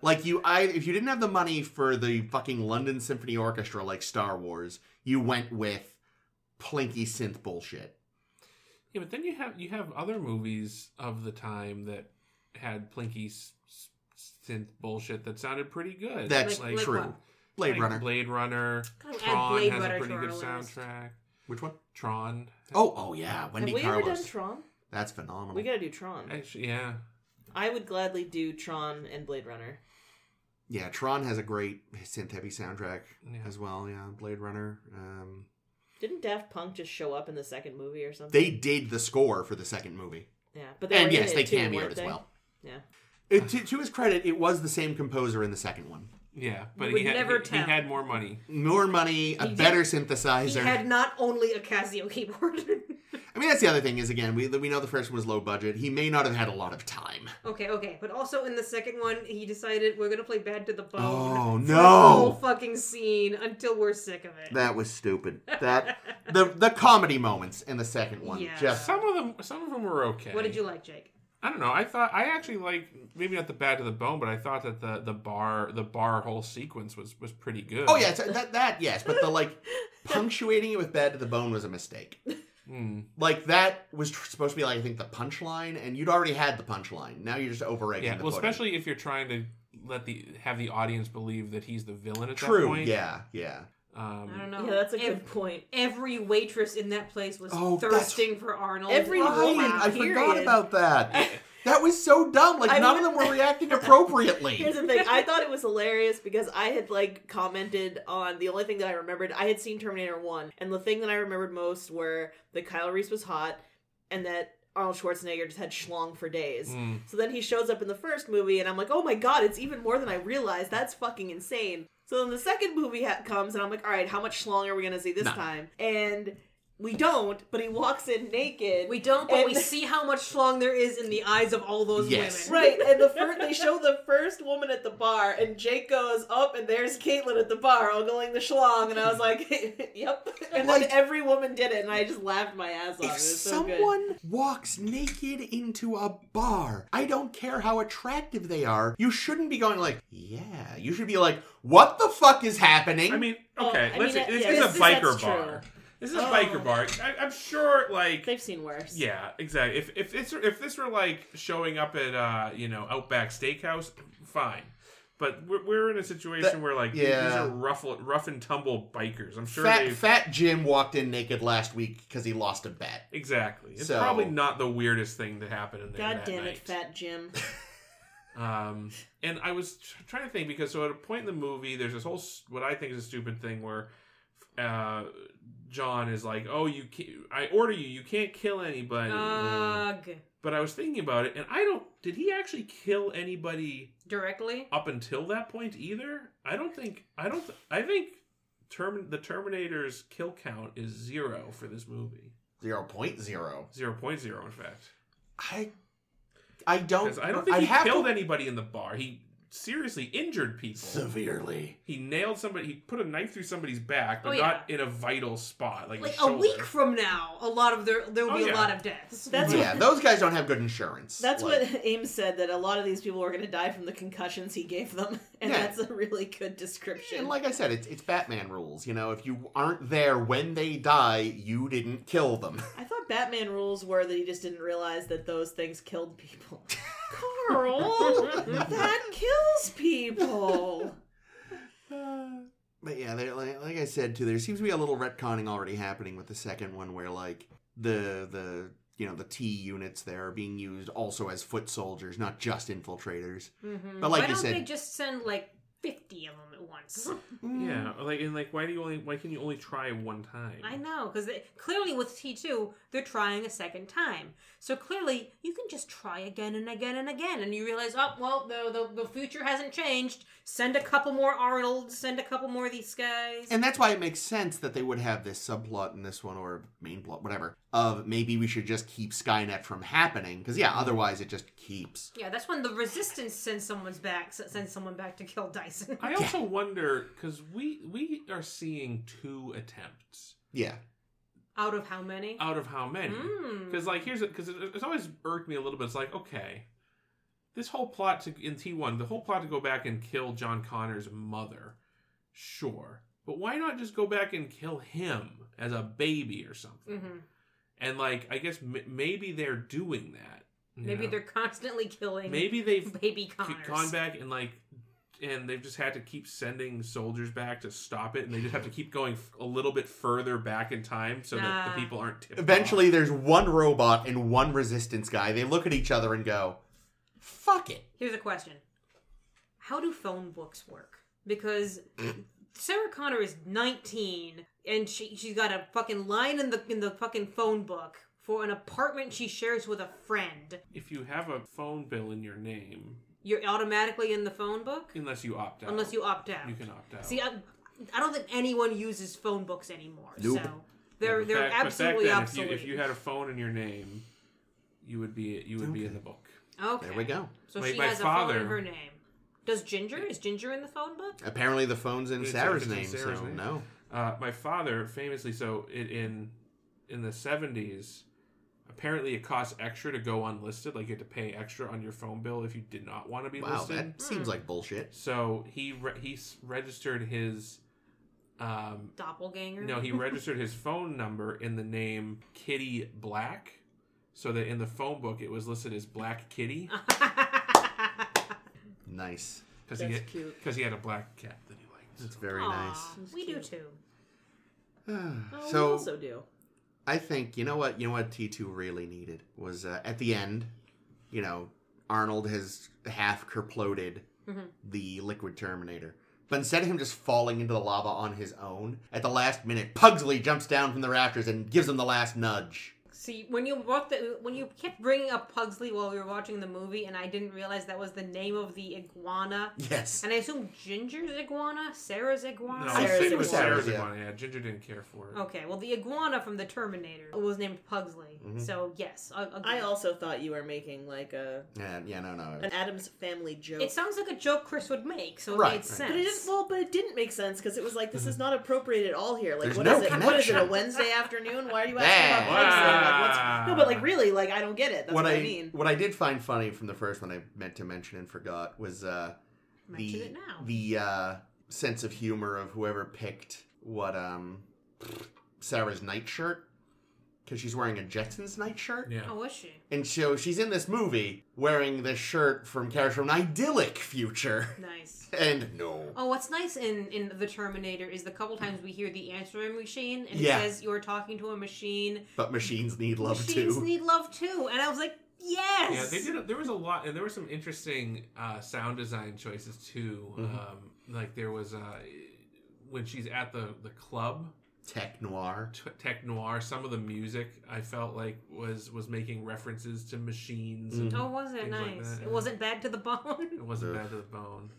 Like you I if you didn't have the money for the fucking London Symphony Orchestra like Star Wars, you went with plinky synth bullshit. Yeah, but then you have you have other movies of the time that had plinky s- s- synth bullshit that sounded pretty good. That's Like- like true. what? Blade like Runner. Blade Runner. Gotta add Tron Blade has Runner a pretty to good our list. soundtrack. Which one? Tron. Oh, oh yeah, Wendy Have we Carlos. ever done Tron? that's phenomenal. We gotta do Tron. Actually, yeah. I would gladly do Tron and Blade Runner. yeah, Tron has a great synth heavy soundtrack Yeah. as well, yeah, Blade Runner. Um Didn't Daft Punk just show up in the second movie or something? they did the score for the second movie. yeah, but they And were yes, in they it too, cameoed weren't as they? well. Yeah. It, Uh, to, to his credit, it was the same composer in the second one. Yeah, but You would he had, never he, he tell. had more money. More money, a better synthesizer. He had not only a Casio keyboard. I mean, that's the other thing is again, we we know the first one was low budget. He may not have had a lot of time. okay, okay. But also in the second one, he decided we're gonna play Bad to the Bone. Oh, for the no. whole fucking scene until we're sick of it. That was stupid. That the the comedy moments in the second one Yeah. just Some of them, some of them were okay. What did you like, Jake? I don't know. I thought I actually like maybe not the bad to the bone, but I thought that the the bar the bar whole sequence was was pretty good. Oh yeah, so that that yes, but the like punctuating it with bad to the bone was a mistake. Hmm. Like that was tr- supposed to be like I think the punchline, and you'd already had the punchline. Now you're just overegging. yeah. the Well, pudding. especially if you're trying to let the have the audience believe that he's the villain at that true. point. Yeah, yeah. Um, I don't know. Yeah, that's a Ev- good point. Every waitress in that place was Oh, that's- thirsting for Arnold. Every Oh, woman- I wow. forgot period. about that. That was so dumb. Like I none of would- them were reacting appropriately. Here's the thing. I thought it was hilarious because I had like commented on the only thing that I remembered. I had seen Terminator One, and the thing that I remembered most were that Kyle Reese was hot, and that Arnold Schwarzenegger just had schlong for days. Mm. So then he shows up in the first movie, and I'm like, oh my god, it's even more than I realized. That's fucking insane. So then the second movie ha- comes, and I'm like, all right, how much schlong are we gonna see this None. time? And we don't, but he walks in naked. We don't, but we And- see how much schlong there is in the eyes of all those Yes. women. Right, and the first they show the first woman at the bar, and Jake goes up, and there's Caitlin at the bar, all going the schlong, and I was like, "Yep." And then Like- every woman did it, and I just laughed my ass off. It If was so good. someone walks naked into a bar, I don't care how attractive they are, you shouldn't be going like, yeah. You should be like, what the fuck is happening? I mean, Oh, okay, I let's. mean, it's, yeah, it's this a is- biker that's bar. true. This is a Oh. biker bar. I, I'm sure, like, They've seen worse. yeah, exactly. If if this if this were like showing up at uh you know Outback Steakhouse, fine. But we're, we're in a situation That- where like these yeah. are rough rough and tumble bikers. I'm sure fat they Fat Jim walked in naked last week because he lost a bet. exactly. It's So- probably not the weirdest thing that happened in there. God that damn night. it, Fat Jim. Um, and I was tr- trying to think because so at a point in the movie, there's this whole s- what I think is a stupid thing where uh, John is like, "Oh, you, can- I order you, you can't kill anybody." Uh. Ugh. but I was thinking about it, and I don't. Did he actually kill anybody Directly? up until that point either? I don't think. I don't. Th- I think. Termin- the Terminator's kill count is zero for this movie. Zero point zero. Zero point zero, in fact. I I don't Because I don't think he have killed to, anybody in the bar. He seriously injured people. severely. He nailed somebody. He put a knife through somebody's back, but Oh, not in a vital spot, like, Like the a shoulder. week from now, a lot of there there will Oh, be yeah. a lot of deaths. That's yeah, what those guys don't have good insurance. that's Like, what Ames said that a lot of these people were going to die from the concussions he gave them, and Yeah. that's a really good description. And like I said, it's it's Batman rules. You know, if you aren't there when they die, you didn't kill them. I thought Batman rules were that he just didn't realize that those things killed people. Carl, that kills people. But yeah, they, like, like I said too, there seems to be a little retconning already happening with the second one, where like the the you know the T units there are being used also as foot soldiers, not just infiltrators. Mhm. But like Why you don't said- they just send like 50 of them at once? Yeah, like and like, why do you only? Why can you only try one time? I know, because clearly with T2, they're trying a second time. So clearly, you can just try again and again and again. And you realize, oh, well, the, the, the future hasn't changed. Send a couple more Arnolds, send a couple more of these guys. And that's why it makes sense that they would have this subplot in this one or main plot, whatever, of maybe we should just keep Skynet from happening. Because, yeah, otherwise it just keeps. yeah, that's when the resistance sends someone's back sends someone back to kill Dyson. I also wonder because we we are seeing two attempts Yeah. Out of how many? out of how many? Hmm. Because like here's it because it, it's always irked me a little bit. It's like okay, this whole plot to in T one, the whole plot to go back and kill John Connor's mother, sure, but why not just go back and kill him as a baby or something? Mhm. And like, I guess m- maybe they're doing that. you Maybe know? they're constantly killing maybe they've baby c- Connors. gone back and like, and they've just had to keep sending soldiers back to stop it, and they just have to keep going f- a little bit further back in time so that Ah. the people aren't tipped. Eventually there's one robot and one resistance guy. They look at each other and go, fuck it. Here's a question. How do phone books work? Because Sarah Connor is 19 and she she's got a fucking line in the in the fucking phone book for an apartment she shares with a friend. off. if you have a phone bill in your name, You're automatically in the phone book unless you opt out, unless you opt out. you can opt out. See, I, I don't think anyone uses phone books anymore. Nope. So they're But they're back- but back absolutely then, if you- obsolete. If you, had a phone in your name, you would be you would be in the book. okay. There we go. So My- she my has a phone father- in her name. Does Ginger? Is Ginger in the phone book? Apparently the phone's in It's- Sarah's it's in name, Sarah's so name. no. Uh, my father famously so it, in in the seventies. Apparently, it costs extra to go unlisted. Like you had to pay extra on your phone bill if you did not want to be Wow, listed. that seems like bullshit. So he re- he s- registered his. Um, Doppelganger? no, he registered his phone number in the name Kitty Black, so that in the phone book it was listed as Black Kitty Nice. because he That's had, cute. because he had a black cat that he liked. It's very Aw, We do cute. too. Oh, we so also do. I think you know what you know what T two really needed was uh, at the end, you know, Arnold has half kerploded Mhm. the liquid Terminator. But instead of him just falling into the lava on his own, at the last minute, Pugsley jumps down from the rafters and gives him the last nudge. See, when you brought the when you kept bringing up Pugsley while we were watching the movie, and I didn't realize that was the name of the iguana. Yes. And I assume Ginger's iguana, Sarah's iguana. No, Sarah's I think it was iguana. Sarah's Yeah. Oh. iguana. Yeah, Ginger didn't care for it. Okay, well, the iguana from the Terminator was named Pugsley. Mhm. So yes, I, I also thought you were making like a Yeah, yeah, no, no. an Adams Family joke. It sounds like a joke Chris would make, so it Right, made right. sense. but it didn't. Well, but it didn't make sense because it was like this is not appropriate at all here. Like, There's what no is it? What is it? A connection. Wednesday afternoon? Why are you Yeah. asking about Pugsley? Like, what's, no, but like really, like I don't get it. That's what, what I mean. what I did find funny from the first one I meant to mention and forgot was uh, Mention the it now. the uh, sense of humor of whoever picked what um Sarah's nightshirt because she's wearing a Jetsons nightshirt. Yeah. oh, was she? And so she's in this movie wearing this shirt from characters from an idyllic future. Nice. And no. Oh, what's nice in in the Terminator is the couple times we hear the answering machine, and Yeah. it says you're talking to a machine. But machines need love Machines too. need love too, and I was like, yes. Yeah, they did. A, there was a lot, and there were some interesting uh, sound design choices too. Um, like there was uh, when she's at the the club, Tech noir. t- tech noir. Some of the music I felt like was was making references to machines. And Mm-hmm. Oh, was it Things like nice? that, it yeah. wasn't bad to the bone. It wasn't Ugh. bad to the bone.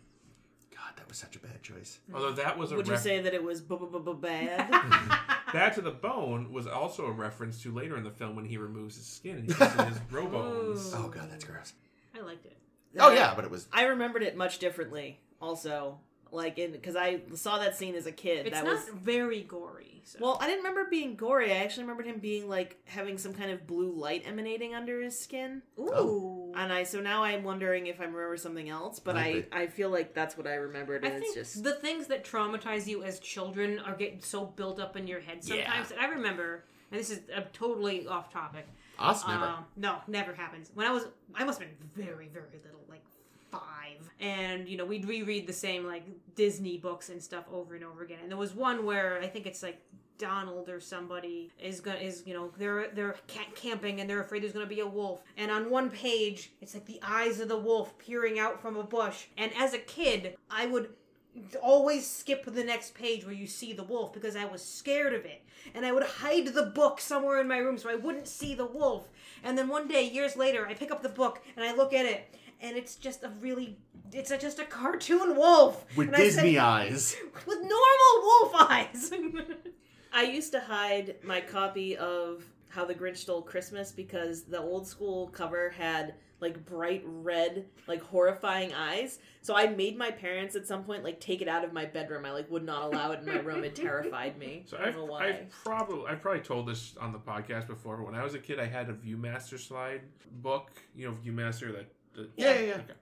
God, that was such a bad choice. Although that was a Would you ref- say that it was bu- bu- bu- bu- bad? that to the bone was also a reference to later in the film when he removes his skin and he's in his row bones. Oh god, that's gross. I liked it. Oh yeah, but it was I remembered it much differently. Also, like in because I saw that scene as a kid. It's that not was very gory. So. Well, I didn't remember it being gory. I actually remembered him being like having some kind of blue light emanating under his skin. Oh. ooh, And I so now I'm wondering if I remember something else, but I, Might I feel like that's what I remembered I and it's think just the things that traumatize you as children are getting so built up in your head sometimes. I remember, and this is uh, totally off topic. us never. Um, no, never happens. When I was, I must have been very, very little, like five. And, you know, we'd reread the same, like, Disney books and stuff over and over again. And there was one where I think it's like, Donald or somebody is gonna is you know they're they're ca- camping and they're afraid there's gonna be a wolf and on one page it's like the eyes of the wolf peering out from a bush and as a kid I would always skip the next page where you see the wolf because I was scared of it. And I would hide the book somewhere in my room so I wouldn't see the wolf. And then one day, years later, I pick up the book and I look at it. And it's just a really, it's a, just a cartoon wolf. With and I Disney said, eyes. With normal wolf eyes. I used to hide my copy of How the Grinch Stole Christmas because the old school cover had like bright red, like horrifying eyes. So I made my parents at some point like take it out of my bedroom. I like would not allow it in my room. It terrified me. So I don't I've, know why. I've probably I've probably told this on the podcast before. But when I was a kid, I had a ViewMaster slide book. You know, ViewMaster that. The, Yeah, yeah, yeah. Okay.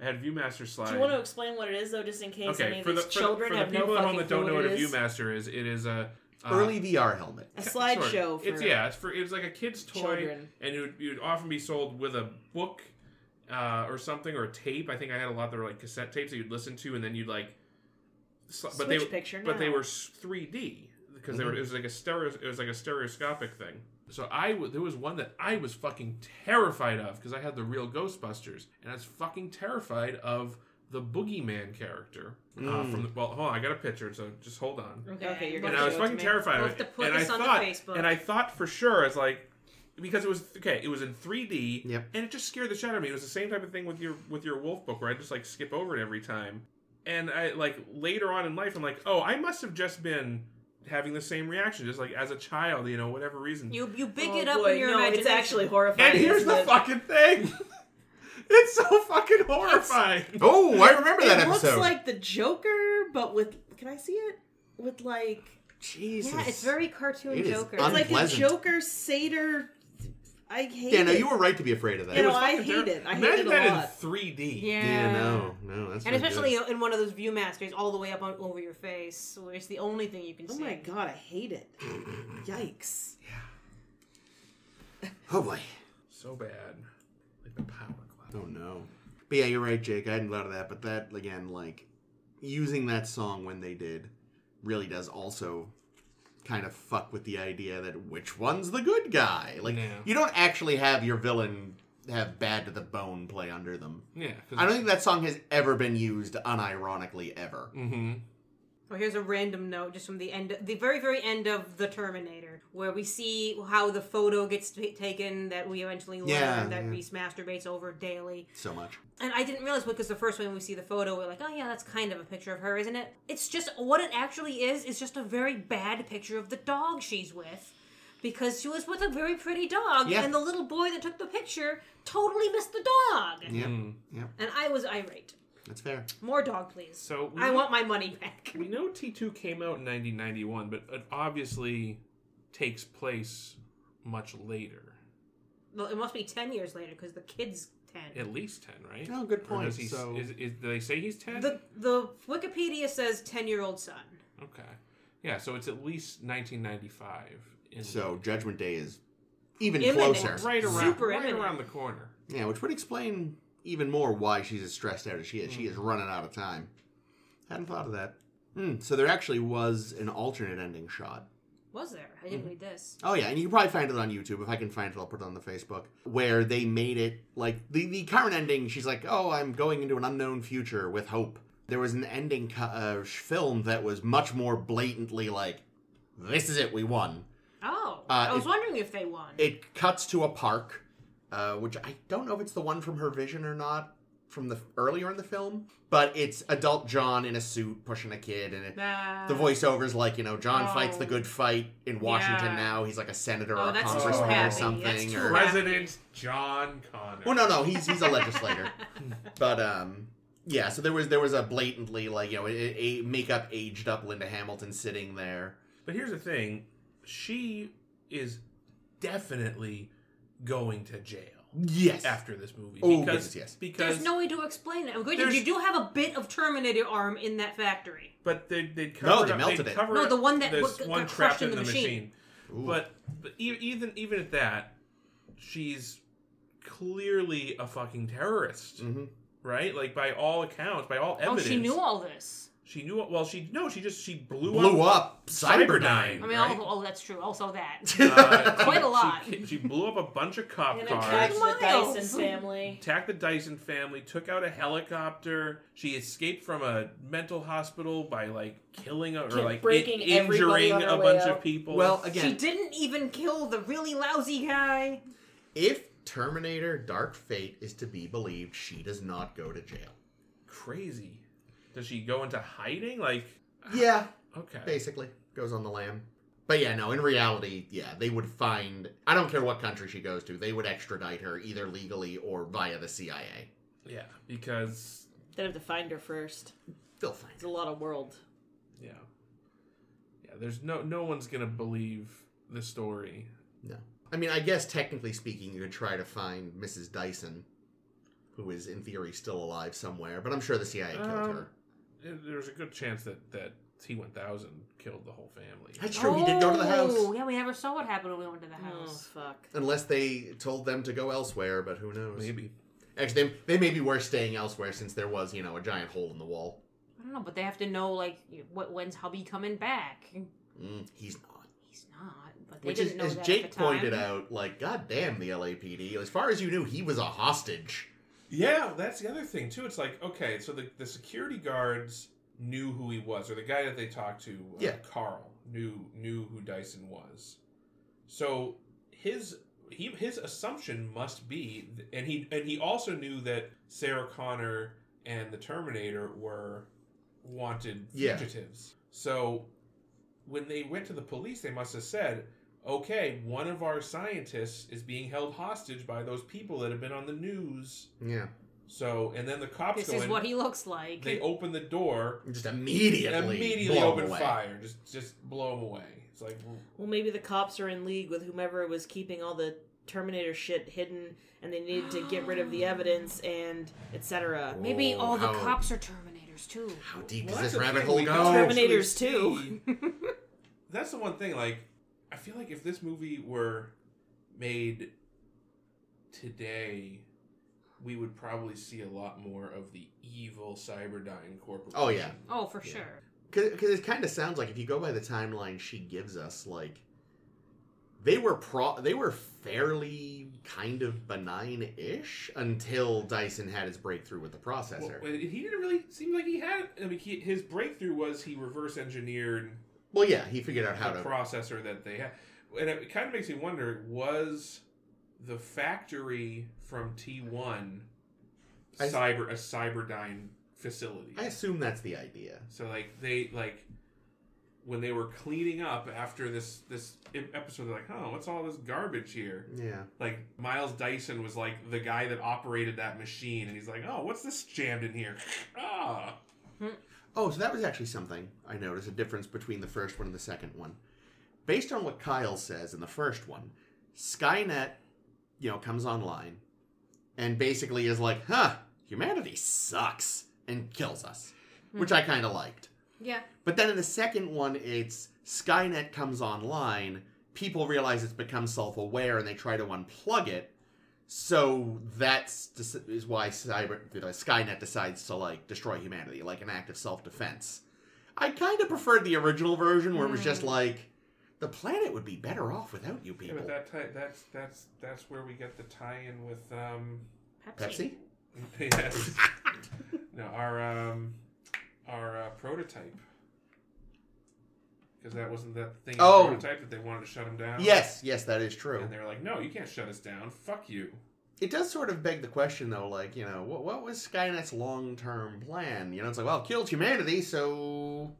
I had ViewMaster slide. Do you want to explain what it is though, just in case any okay, of for the, these for, the- children for the have no people fucking at home that don't clue know what a it is? ViewMaster is, it is a uh, Early VR helmet. A sort of- slideshow for It's yeah, it's for it was like a kid's toy, Children. and it would, it would often be sold with a book uh, or something or a tape. I think I had a lot that were like cassette tapes that you'd listen to, and then you'd like. sl- but they Switch were- picture but they now. were three D because they were it was like a stereo it was like a stereoscopic thing. So I w- there was one that I was fucking terrified of because I had the real Ghostbusters and I was fucking terrified of the boogeyman character uh, from the well hold on I got a picture so just hold on Okay, you're and Don't I was show it to fucking me. terrified We'll of have it. to put and this I on the thought, Facebook. and I thought for sure, it's like because it was okay, it was in 3D, Yep. and it just scared the shit out of me. It was the same type of thing with your with your wolf book where I just like skip over it every time. And I like later on in life, I'm like, oh, I must have just been having the same reaction, just like as a child, you know, whatever reason. you you big Oh, it up boy, in your no, imagination. It's actually horrifying. and here's isn't the it? fucking thing. it's so fucking horrifying. Oh, I remember that it episode. looks like the Joker, but with can I see it? With like Jesus. Yeah, it's very cartoon It is Joker. un- it's like a Unpleasant. Joker satyr. I hate. Yeah, no, it. you were right to be afraid of that. You It know, was I fucking hate terrible. it. I hate it Imagine a that lot. in 3D. yeah. yeah, no, no, that's And not especially good. in one of those ViewMasters all the way up on, over your face, where it's the only thing you can Oh see. my god, I hate it. Yikes. Oh boy. So bad, like the power cloud. Oh no. But yeah, you're right, Jake. I hadn't thought of that, but that again, like using that song when they did, really does also kind of fuck with the idea that which one's the good guy. Like Yeah. you don't actually have your villain have bad to the bone play under them. Yeah. I don't think that song has ever been used unironically ever. Mm-hmm. Oh, here's a random note just from the end, the very, very end of the Terminator, where we see how the photo gets t- taken that we eventually learn Yeah, that yeah. Reese masturbates over daily. So much. And I didn't realize because the first one we see the photo, we're like, oh yeah, that's kind of a picture of her, isn't it? It's just what it actually is is just a very bad picture of the dog she's with. Because she was with a very pretty dog, Yeah. and the little boy that took the picture totally missed the dog. Yeah, Hmm. yeah, And I was irate. that's fair. More dog, please. So we, I want my money back. we know T2 came out in 1991, but it obviously takes place much later. Well, it must be 10 years later because the kid's 10. At least 10, right? No, Oh, good Or point. does he, so is, is, do they say he's 10? The, the Wikipedia says 10 year old son. Okay. Yeah, so it's at least 1995. In, So Judgment Day is even Imminent. closer. right around Super right imminent. around the corner. Yeah, which would explain even more why she's as stressed out as she is. She is running out of time. Hadn't thought of that. Hmm, so there actually was an alternate ending shot. Was there? I didn't read this. Oh yeah, and you can probably find it on YouTube. If I can find it, I'll put it on the Facebook. Where they made it like the the current ending. She's like, "Oh, I'm going into an unknown future with hope." There was an ending co- uh, sh- film that was much more blatantly like, "This is it, we won." Oh, Uh, I was it- wondering if they won. It cuts to a park, uh, which I don't know if it's the one from her vision or not from the earlier in the film, but it's adult John in a suit pushing a kid, and it, Nah. the voiceover's like, you know, John Oh. fights the good fight in Washington Yeah. now. He's like a senator Oh, or a that's too congressman or happy. something. That's too or, happy. President John Connor. well, no, no, he's he's a legislator, but um, yeah. So there was there was a blatantly like you know a, a makeup aged up Linda Hamilton sitting there. But here's the thing she is definitely going to jail Yes, after this movie. Oh, because, goodness, yes. Because There's no way to explain it. I'm good. You There's- do have a bit of Terminator arm in that factory. But they, they'd cover No, it they up- melted they'd it. cover No, up the one that this got- one got trapped crushed in in the the machine. Ooh. But, but e- even even at that, she's clearly a fucking terrorist, Mhm. right? Like by all accounts, by all evidence, Oh, she knew all this. She knew. Well, she no, she just she blew, blew up. up Cyberdyne. Cyberdyne. I mean, Right. oh, oh, that's true. Also, that. Uh, Quite a she- lot. She, she blew up a bunch of cop And cars. attacked the Miles. Dyson family. attacked the Dyson family, took out a helicopter. She escaped from a mental hospital by like killing a, or Kept like breaking everybody injuring on her a way bunch of out. people. well, she again, didn't even kill the really lousy guy. if Terminator Dark Fate is to be believed, she does not go to jail. crazy. Does she go into hiding? Like, Yeah, okay, basically goes on the lam. But yeah, no, in reality, yeah, they would find. I don't care what country she goes to, they would extradite her either legally or via the CIA. yeah, because They'd have to find her first. They'll find It's a lot of world. yeah, yeah. There's no no one's gonna believe the story. No. I mean, I guess technically speaking, you could try to find Mrs. Dyson, who is in theory still alive somewhere, but I'm sure the CIA killed Um, her. Eh, There's a good chance that that T1000 killed the whole family. That's true, he did go to the Oh, house. Yeah, we never saw what happened when we went to the Oh house. fuck. Unless they told them to go elsewhere, but who knows? Maybe. Actually, they, they may be worth staying elsewhere since there was, you know, a giant hole in the wall. I don't know, but they have to know like what when's hubby coming back. Mm, he's not. He's not, but they Which is, didn't know as that at Jake the time. pointed out, like, goddamn the LAPD. As far as you knew, he was a hostage. Yeah, that's the other thing too. It's like okay, so the the security guards knew who he was, or the guy that they talked to, uh, Yeah. Carl knew knew who Dyson was. So his he his assumption must be, and he and he also knew that Sarah Connor and the Terminator were wanted Yeah. fugitives. So when they went to the police, they must have said. Okay, one of our scientists is being held hostage by those people that have been on the news. Yeah. So, and then the cops This go is in. what he looks like. they open the door, Just and immediately. immediately blow open away. fire. Just, just blow them away. It's like, well, Well, maybe the cops are in league with whomever was keeping all the Terminator shit hidden, and they needed to get rid of the evidence and etc. Maybe Oh, all the how- cops are Terminators too. How deep does well, that's this the rabbit thing, hole we go? don't actually Terminators too. see- that's the one thing. Like, I feel like if this movie were made today, we would probably see a lot more of the evil Cyberdyne corporation. Oh, yeah. Oh, for Yeah. sure. Because it kind of sounds like if you go by the timeline she gives us, like they were pro they were fairly kind of benign ish until Dyson had his breakthrough with the processor. Well, uh, he didn't really seem like he had. I mean, he, his breakthrough was he reverse engineered Well, yeah, he figured out the how to. processor that they had, and it kind of makes me wonder: was the factory from T one I- cyber a Cyberdyne facility? I assume that's the idea. So like they like when they were cleaning up after this this episode, they're like, "Oh, what's all this garbage here?" Yeah. Like Miles Dyson was like the guy that operated that machine, and he's like, "Oh, what's this jammed in here?" ah, Oh, so that was actually something I noticed a difference between the first one and the second one. Based on what Kyle says in the first one, Skynet, you know, comes online and basically is like, huh, humanity sucks and kills us, which I kind of liked. Yeah. But then in the second one, it's Skynet comes online, people realize it's become self aware and they try to unplug it. So that's is why cyber you know, Skynet decides to like destroy humanity, like an act of self defense. I kind of preferred the original version where it was just like the planet would be better off without you yeah, people. but that tie, that's that's that's where we get the tie-in with um, Pepsi. yes, no, our um, our uh, prototype. Because that wasn't that thing. in Oh. prototype that they wanted to shut him down. Yes, yes, that is true. and they were like, "No, you can't shut us down. Fuck you." It does sort of beg the question, though, like, you know, what, what was Skynet's long term plan? You know, it's like, well, it killed humanity, so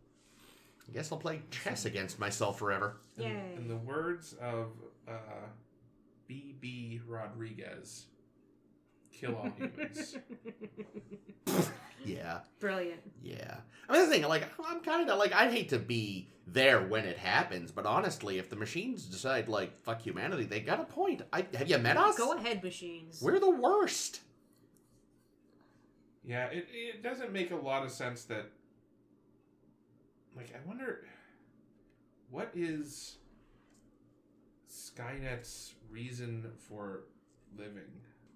I guess I'll play chess against myself forever. In, Yay. in the words of uh, B.B. Rodriguez, kill all humans. Yeah, Brilliant. yeah. I mean, that's the thing, like, I'm kind of like, I'd hate to be there when it happens, but honestly, if the machines decide, like, fuck humanity, they got a point. I, have you met us? Go ahead, machines. We're the worst. yeah, it, it doesn't make a lot of sense that. Like, I wonder what is Skynet's reason for living?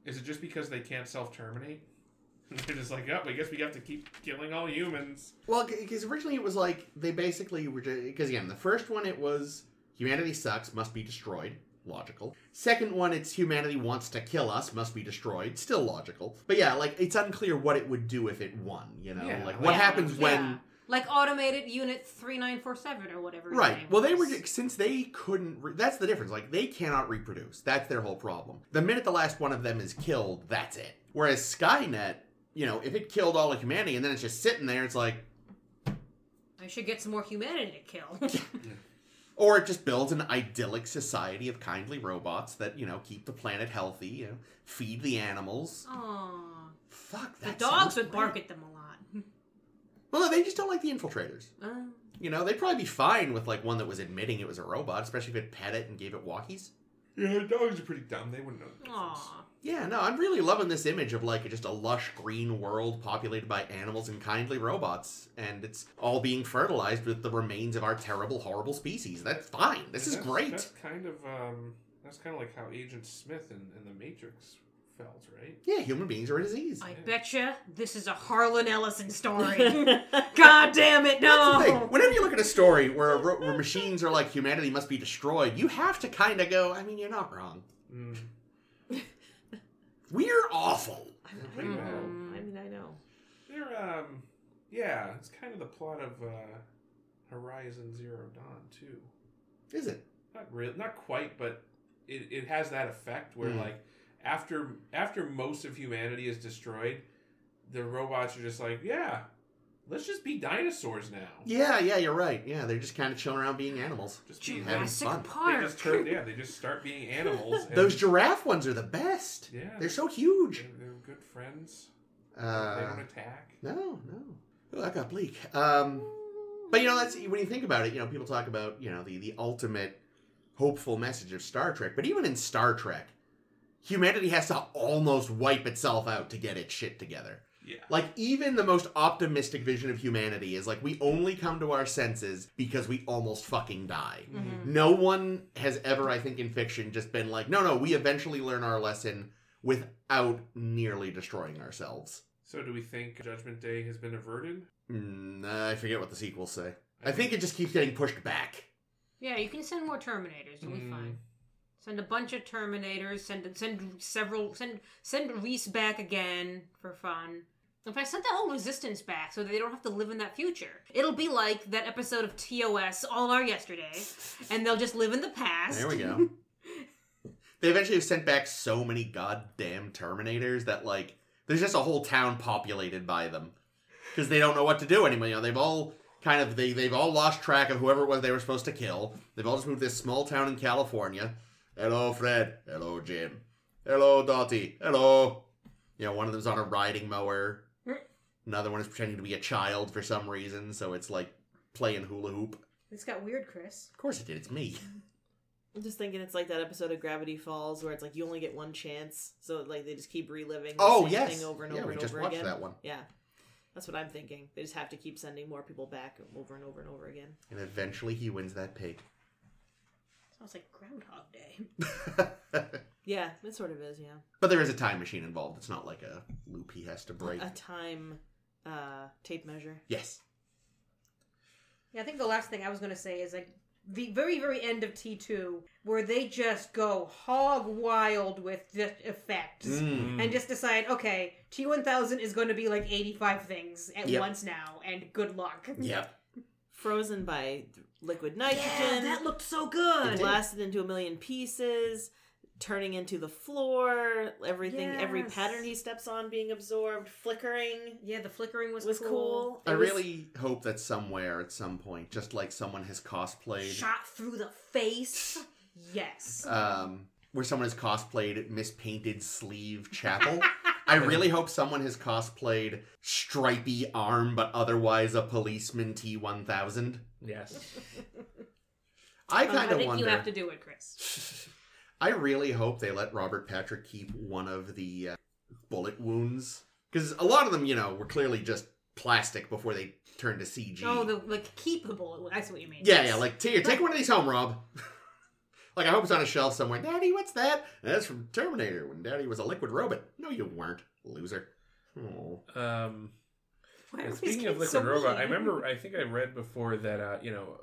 Is it just because they can't self terminate? They're just like, oh, I guess we have to keep killing all humans. Well, because originally it was like they basically were because again the first one it was humanity sucks must be destroyed logical. Second one it's humanity wants to kill us must be destroyed still logical. But yeah, like it's unclear what it would do if it won. You know, Yeah, like like- what happens Yeah. when like automated unit three nine four seven or whatever. his name right? Well, they were was. since they couldn't. Re- that's the difference. Like they cannot reproduce. That's their whole problem. The minute the last one of them is killed, that's it. Whereas Skynet, you know, if it killed all of humanity and then it's just sitting there, it's like I should get some more humanity to kill. Or it just builds an idyllic society of kindly robots that, you know, keep the planet healthy, you know, feed the animals. Aw. Fuck, The that dogs sounds would great. bark at them a lot. Well, no, they just don't like the infiltrators. Uh, You know, they'd probably be fine with, like, one that was admitting it was a robot, especially if it pet it and gave it walkies. Yeah, dogs are pretty dumb. They wouldn't know. The difference. aw. Yeah, no, I'm really loving this image of, like, just a lush green world populated by animals and kindly robots, and it's all being fertilized with the remains of our terrible, horrible species. That's fine. This is That's- great. That's kind of um, that's kind of like how Agent Smith in, in the Matrix felt, right? Yeah, human beings are a disease. I betcha this is a Harlan Ellison story. yeah. God damn it, That's the thing. no! Whenever you look at a story where, a ro- where machines are like humanity must be destroyed, you have to kind of go, I mean, you're not wrong. Mm, We're awful. they're I pretty know. bad. I mean, I know. They're um, yeah, it's kind of the plot of uh, Horizon Zero Dawn too. Is it? Not real, not quite, but it, it has that effect where Mm. like after after most of humanity is destroyed, the robots are just like, yeah, let's just be dinosaurs now. Yeah, yeah, you're right. Yeah, they're just kind of chilling around being animals. Just be Having Jurassic fun. they Park. just turn, yeah, they just start being animals. and- Those giraffe ones are the best. yeah, They're so huge. They're, they're good friends. they Uh, don't attack. no, no. Oh, that got bleak. Um, but you know, that's when you think about it. You know, people talk about you know the the ultimate hopeful message of Star Trek, but even in Star Trek, humanity has to almost wipe itself out to get its shit together. Yeah. Like even the most optimistic vision of humanity is like we only come to our senses because we almost fucking die. Mhm. No one has ever, I think, in fiction just been like, no, no, we eventually learn our lesson without nearly destroying ourselves. So, do we think Judgment Day has been averted? Mm, I forget what the sequels say. I think it just keeps getting pushed back. Hmm. Yeah, you can send more Terminators, you'll be Mm. fine. Send a bunch of Terminators. Send send several. Send send Reese back again for fun. In fact, send the whole Resistance back so they don't have to live in that future. It'll be like that episode of TOS, All Our Yesterday, and they'll just live in the past. There we go. they eventually have sent back so many goddamn Terminators that like there's just a whole town populated by them because they don't know what to do anymore. You know, they've all kind of they they've all lost track of whoever it was they were supposed to kill. They've all just moved to this small town in California. Hello, Fred. Hello, Jim. Hello, Dottie. Hello. You know, one of them's on a riding mower. Another one is pretending to be a child for some reason, so it's like playing hula hoop. This got weird, Chris. Of course it did. It's me. I'm just thinking it's like that episode of Gravity Falls where it's like you only get one chance, so like they just keep reliving the Oh same yes. thing over and yeah, over we and just over watched again. that one. Yeah. That's what I'm thinking. They just have to keep sending more people back over and over and over again. And eventually he wins that pig. Sounds like Groundhog Day. but Yeah, it sort of is, yeah. there is a time machine involved. It's not like a loop he has to break. A time uh tape measure. Yes. Yeah, I think the last thing I was going to say is like the very, very end of T2, where they just go hog wild with the effects Hmm. Mm. and just decide, okay, T1000 is going to be like 85 things at Yep. once now, and good luck. Yep. Frozen by liquid Yeah, nitrogen. that looked so good. It did. blasted into a million pieces, turning into the floor, everything, every Yes. pattern he steps on being absorbed, flickering Yeah, the flickering was, was, cool. I It was- really hope that somewhere at some point, just like someone has cosplayed, Shot through the face. Yes. um, where someone has cosplayed Miss Painted Sleeve Chapel. I really hope someone has cosplayed stripy arm, but otherwise a policeman T one thousand. Yes. I Um, I kind of think wonder. you have to do it, Chris. I really hope they let Robert Patrick keep one of the uh, bullet wounds because a lot of them, you know, were clearly just plastic before they turned to CG. Oh, the like keepable. That's what you mean. yeah, yeah. Like here, take one of these home, Rob. like I hope it's on a shelf somewhere. Daddy, what's that? That's from Terminator when Daddy was a liquid robot. No, you weren't, loser. Oh, Um, Why are and we speaking getting of Liquid so Robot, mean? I remember. I think I read before that uh, you know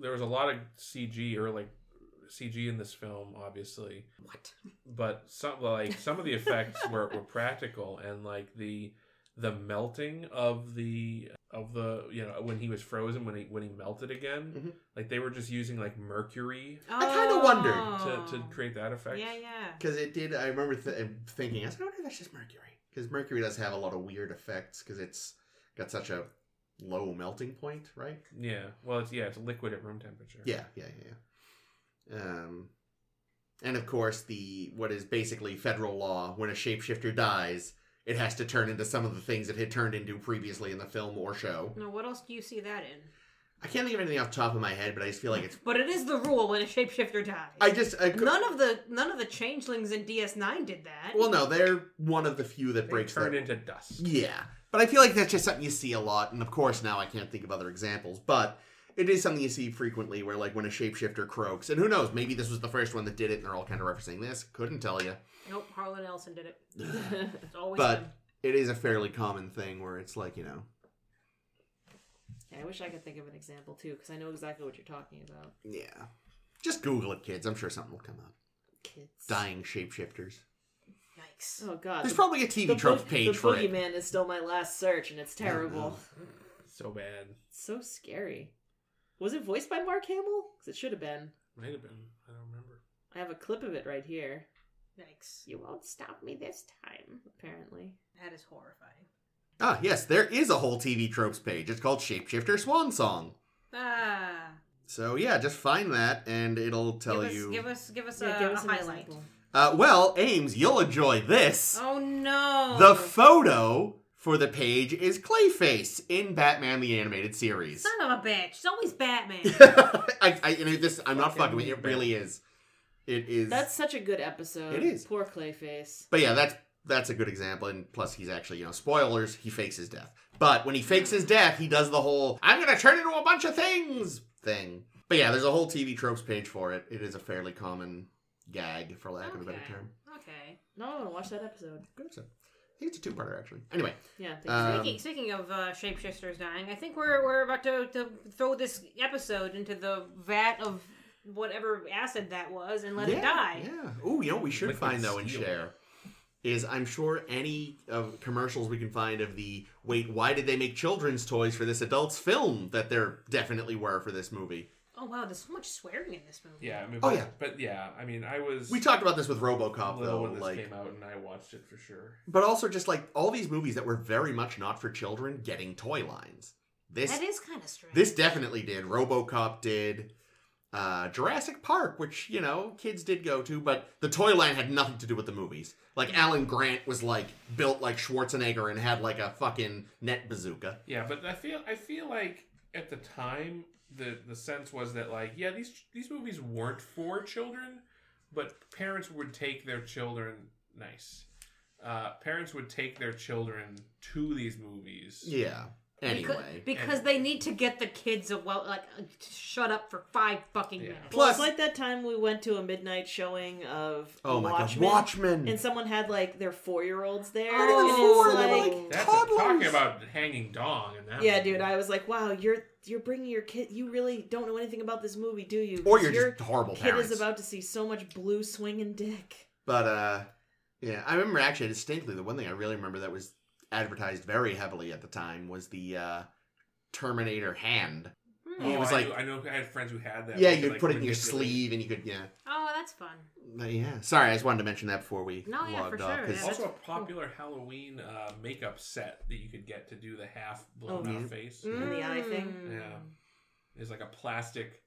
there was a lot of CG or like CG in this film, obviously, What? but some like some of the effects were, were practical and like the the melting of the of the you know when he was frozen when he when he melted again Mhm. like they were just using like mercury I kinda wondered. to, to create that effect Oh. Yeah, yeah. because it did. I remember th- uh, thinking, I said, "I wonder if that's just mercury," because mercury does have a lot of weird effects because it's got such a low melting point, right? yeah well it's yeah it's liquid at room temperature Yeah, yeah, yeah. yeah. Um, and of course, the what is basically federal law: when a shapeshifter dies, it has to turn into some of the things it had turned into previously in the film or show. Now, what else do you see that in? I can't think of anything off the top of my head, but I just feel like it's. But it is the rule when a shapeshifter dies. I just I, cou- none of the none of the changelings in DS9 did that. well, no, they're one of the few that they breaks turn that. into dust Yeah, but I feel like that's just something you see a lot, and of course now I can't think of other examples, but. It is something you see frequently where, like, when a shapeshifter croaks, and who knows, maybe this was the first one that did it, and they're all kind of referencing this. Couldn't tell you. nope, Harlan Ellison did it. It's always But- him. it is a fairly common thing where it's like you know I wish I could think of an example too, because I know exactly what you're talking about. yeah just google it kids i'm sure something will come up Kids. dying shapeshifters yikes. Oh god. there's probably a tv the tropes boog- page the for it Uh-huh. boogeyman is still my last search, and it's terrible. so bad It's so scary. Was it voiced by Mark Hamill? Because it should have been. might have been i don't remember I have a clip of it right here. Yikes. You won't stop me this time, apparently. That is horrifying. ah yes there is a whole tv tropes page it's called shapeshifter swan song Ah. so yeah just find that and it'll tell give us, you Give us give us Yeah, a, give a us an highlight. example. uh, well ames you'll enjoy this Oh no. the photo for the page is clayface in batman the animated series son of a bitch. It's always Batman. I, I you know this i'm not fucking Fucking with you. it really is it is That's such a good episode. It is. Poor Clayface. But yeah, that's that's a good example. And plus, he's actually you know spoilers. He fakes his death. But when he fakes his death, he does the whole "I'm gonna turn into a bunch of things" thing. But yeah, there's a whole TV tropes page for it. It is a fairly common gag, for lack of a better Okay. term. okay. No, I'm gonna watch that episode. Good. So, I think it's a two-parter actually. Anyway, Yeah. Thank Uh, Speaking, speaking of uh, shapeshifters dying, I think we're we're about to, to throw this episode into the vat of whatever acid that was and let yeah, it die. Yeah. Oh, you know what we should Liquid find though and steel. share is I'm sure any of commercials we can find of the wait why did they make children's toys for this adults film that there definitely were for this movie. Oh wow, there's so much swearing in this movie. Yeah, I mean, Oh, but, yeah. but yeah, I mean, I was We talked about this with RoboCop little though, when this like came out, and I watched it for sure. but also just like all these movies that were very much not for children getting toy lines. This That is kind of strange. this definitely did. RoboCop did. Uh, Jurassic Park, which you know kids did go to, but the toy line had nothing to do with the movies. Like Alan Grant was like built like Schwarzenegger and had like a fucking net bazooka. Yeah, but I feel I feel like at the time the the sense was that like yeah these these movies weren't for children, but parents would take their children nice. Uh, parents would take their children to these movies. Yeah. Because, Anyway, because they need to get the kids a well, like uh, to shut up for five fucking Yeah. minutes. Plus, Plus- it's like that time we went to a midnight showing of oh my Watchmen, god, Watchmen. and someone had like their four year olds there. I didn't and even four, it's they were, like, like, That's Toddlers. talking about hanging dong and that. yeah, one. dude, I was like, wow, you're you're bringing your kid. You really don't know anything about this movie, do you? or 'Cause you're your just horrible kid parents. is about to see so much blue swinging dick. but uh, yeah, I remember actually distinctly the one thing I really remember that was advertised very heavily at the time was the uh, Terminator hand. Hmm. Oh, It was I like- knew- I know I had friends who had that. yeah, where they, you'd like, put it in your manipulate- sleeve and you could yeah. Oh, that's fun. But yeah, sorry, I just wanted to mention that before we No, yeah, logged for off. sure, 'cause- yeah. Also, a popular Halloween uh, makeup set that you could get to do the half blown Oh, out yeah. face And the eye thing. Mm. Yeah. is like a plastic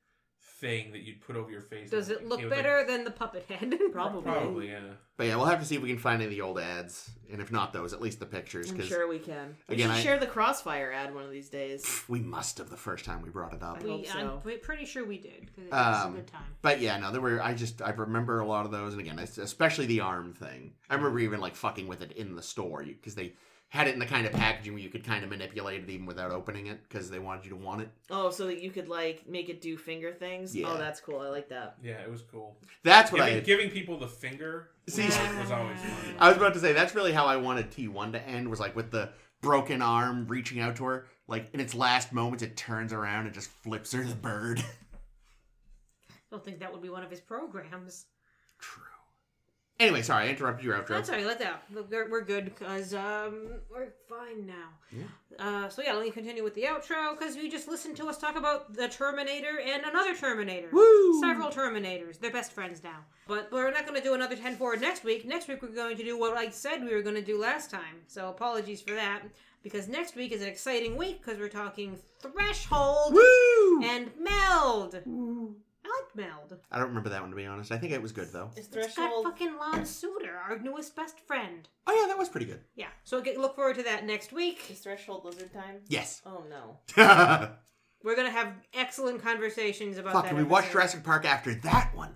thing that you'd put over your face. Does and it look was like- better than the puppet head? Probably. Probably, yeah. But yeah, we'll have to see if we can find any of the old ads, and if not those, at least the pictures. I'm Because sure we can. We Again, should I- share the Crossfire ad one of these days. we must have the first time we brought it up. I We, hope I'm so. pre- pretty sure we did because it was Um, a good time. But yeah, no, there were. I just I remember a lot of those, and again, es- especially the arm thing. I remember even like fucking with it in the store because they had it in the kind of packaging where you could kind of manipulate it even without opening it because they wanted you to want it. Oh, so that you could like make it do finger things. Yeah. Oh, that's cool. I like that. Yeah, it was cool. That's what I Giving, giving people the finger was, See- was always fun. I was about to say that's really how I wanted T1 to end was like with the broken arm reaching out to her like in its last moments it turns around and just flips her the bird. I don't think that would be one of his programs. True. Anyway, sorry, I interrupted your outro. That's all right. Let that. We're, we're good because um, we're fine now. Yeah. Uh, so yeah, let me continue with the outro because you just listened to us talk about the Terminator and another Terminator. Woo! Several Terminators. They're best friends now. But we're not going to do another 10 forward next week. Next week we're going to do what I said we were going to do last time. So apologies for that because next week is an exciting week because we're talking Threshold Woo! and Meld. I like Meld. I don't remember that one to be honest. I think it was good though. Is It's got threshold? fucking Lon Suter, our newest best friend. Oh yeah, that was pretty good. Yeah. So get, look forward to that next week. Is threshold lizard time? Yes. Oh no. Fuck, We're gonna have excellent conversations about that. and we watched episode. Jurassic Park after that one.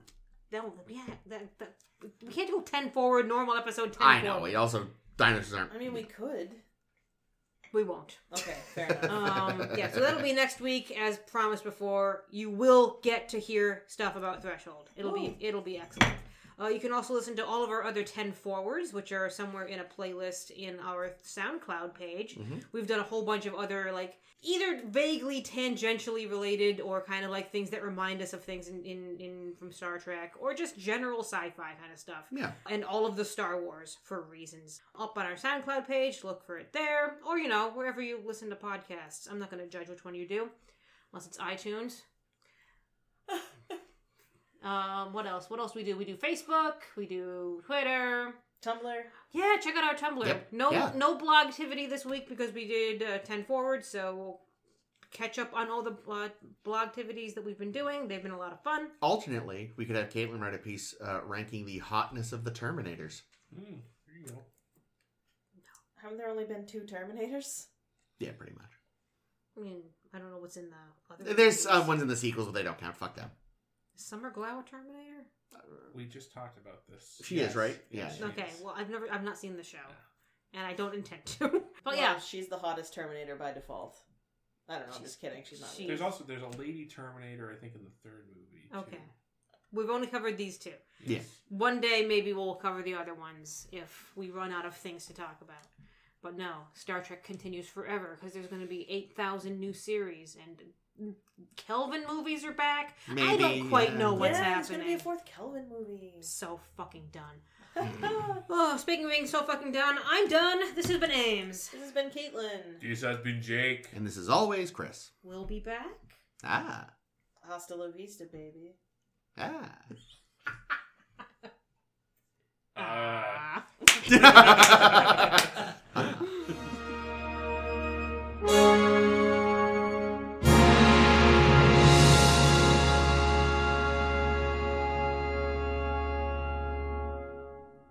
No, yeah, that, that, we can't do ten forward normal episode ten. I know. forward. We also dinosaurs aren't. I mean, we could. We won't. Okay, fair enough. Um, yeah, so that'll be next week, as promised before. You will get to hear stuff about Threshold. It'll be it'll be excellent. Uh, you can also listen to all of our other ten forwards, which are somewhere in a playlist in our SoundCloud page. We've done a whole bunch of other like either vaguely tangentially related or kind of like things that remind us of things in, in, in from Star Trek or just general sci-fi kind of stuff Yeah. and all of the Star Wars for reasons. Up on our SoundCloud page, look for it there, or you know, wherever you listen to podcasts. I'm not going to judge which one you do, unless it's iTunes. um, what else? What else we do? We do Facebook, we do Twitter. Tumblr. Yeah, check out our Tumblr. Yep. No Yeah. no blog activity this week because we did uh, 10 forward, so we'll catch up on all the uh, blog activities that we've been doing. They've been a lot of fun. Alternately, we could have Caitlin write a piece uh, ranking the hotness of the Terminators. Mm, there you go. Haven't there only been two Terminators? Yeah, pretty much. I mean, I don't know what's in the other There's uh, activities. ones in the sequels, but they don't count. Fuck them. Summer Glau a Terminator? We just talked about this. She is, right? Yeah. she Okay, is. well, I've never, I've not seen the show, and I don't intend to. but yeah, she's the hottest Terminator by default. I don't know. I'm just kidding. She's not. she- There's also there's a lady Terminator, I think, in the third movie. too. Okay. we've only covered these two. Yeah. One day, maybe we'll cover the other ones if we run out of things to talk about. But no, Star Trek continues forever because there's going to be eight thousand new series and Kelvin movies are back. I Maybe, don't quite yeah. know what's yeah, it's gonna be happening. a fourth Kelvin movie. so fucking done. Oh, speaking of being so fucking done, I'm done. This has been Ames. this has been Caitlin. This has been Jake. And this is always Chris. We'll be back. Ah, Hasta la vista, baby. Uh, Ah. ah.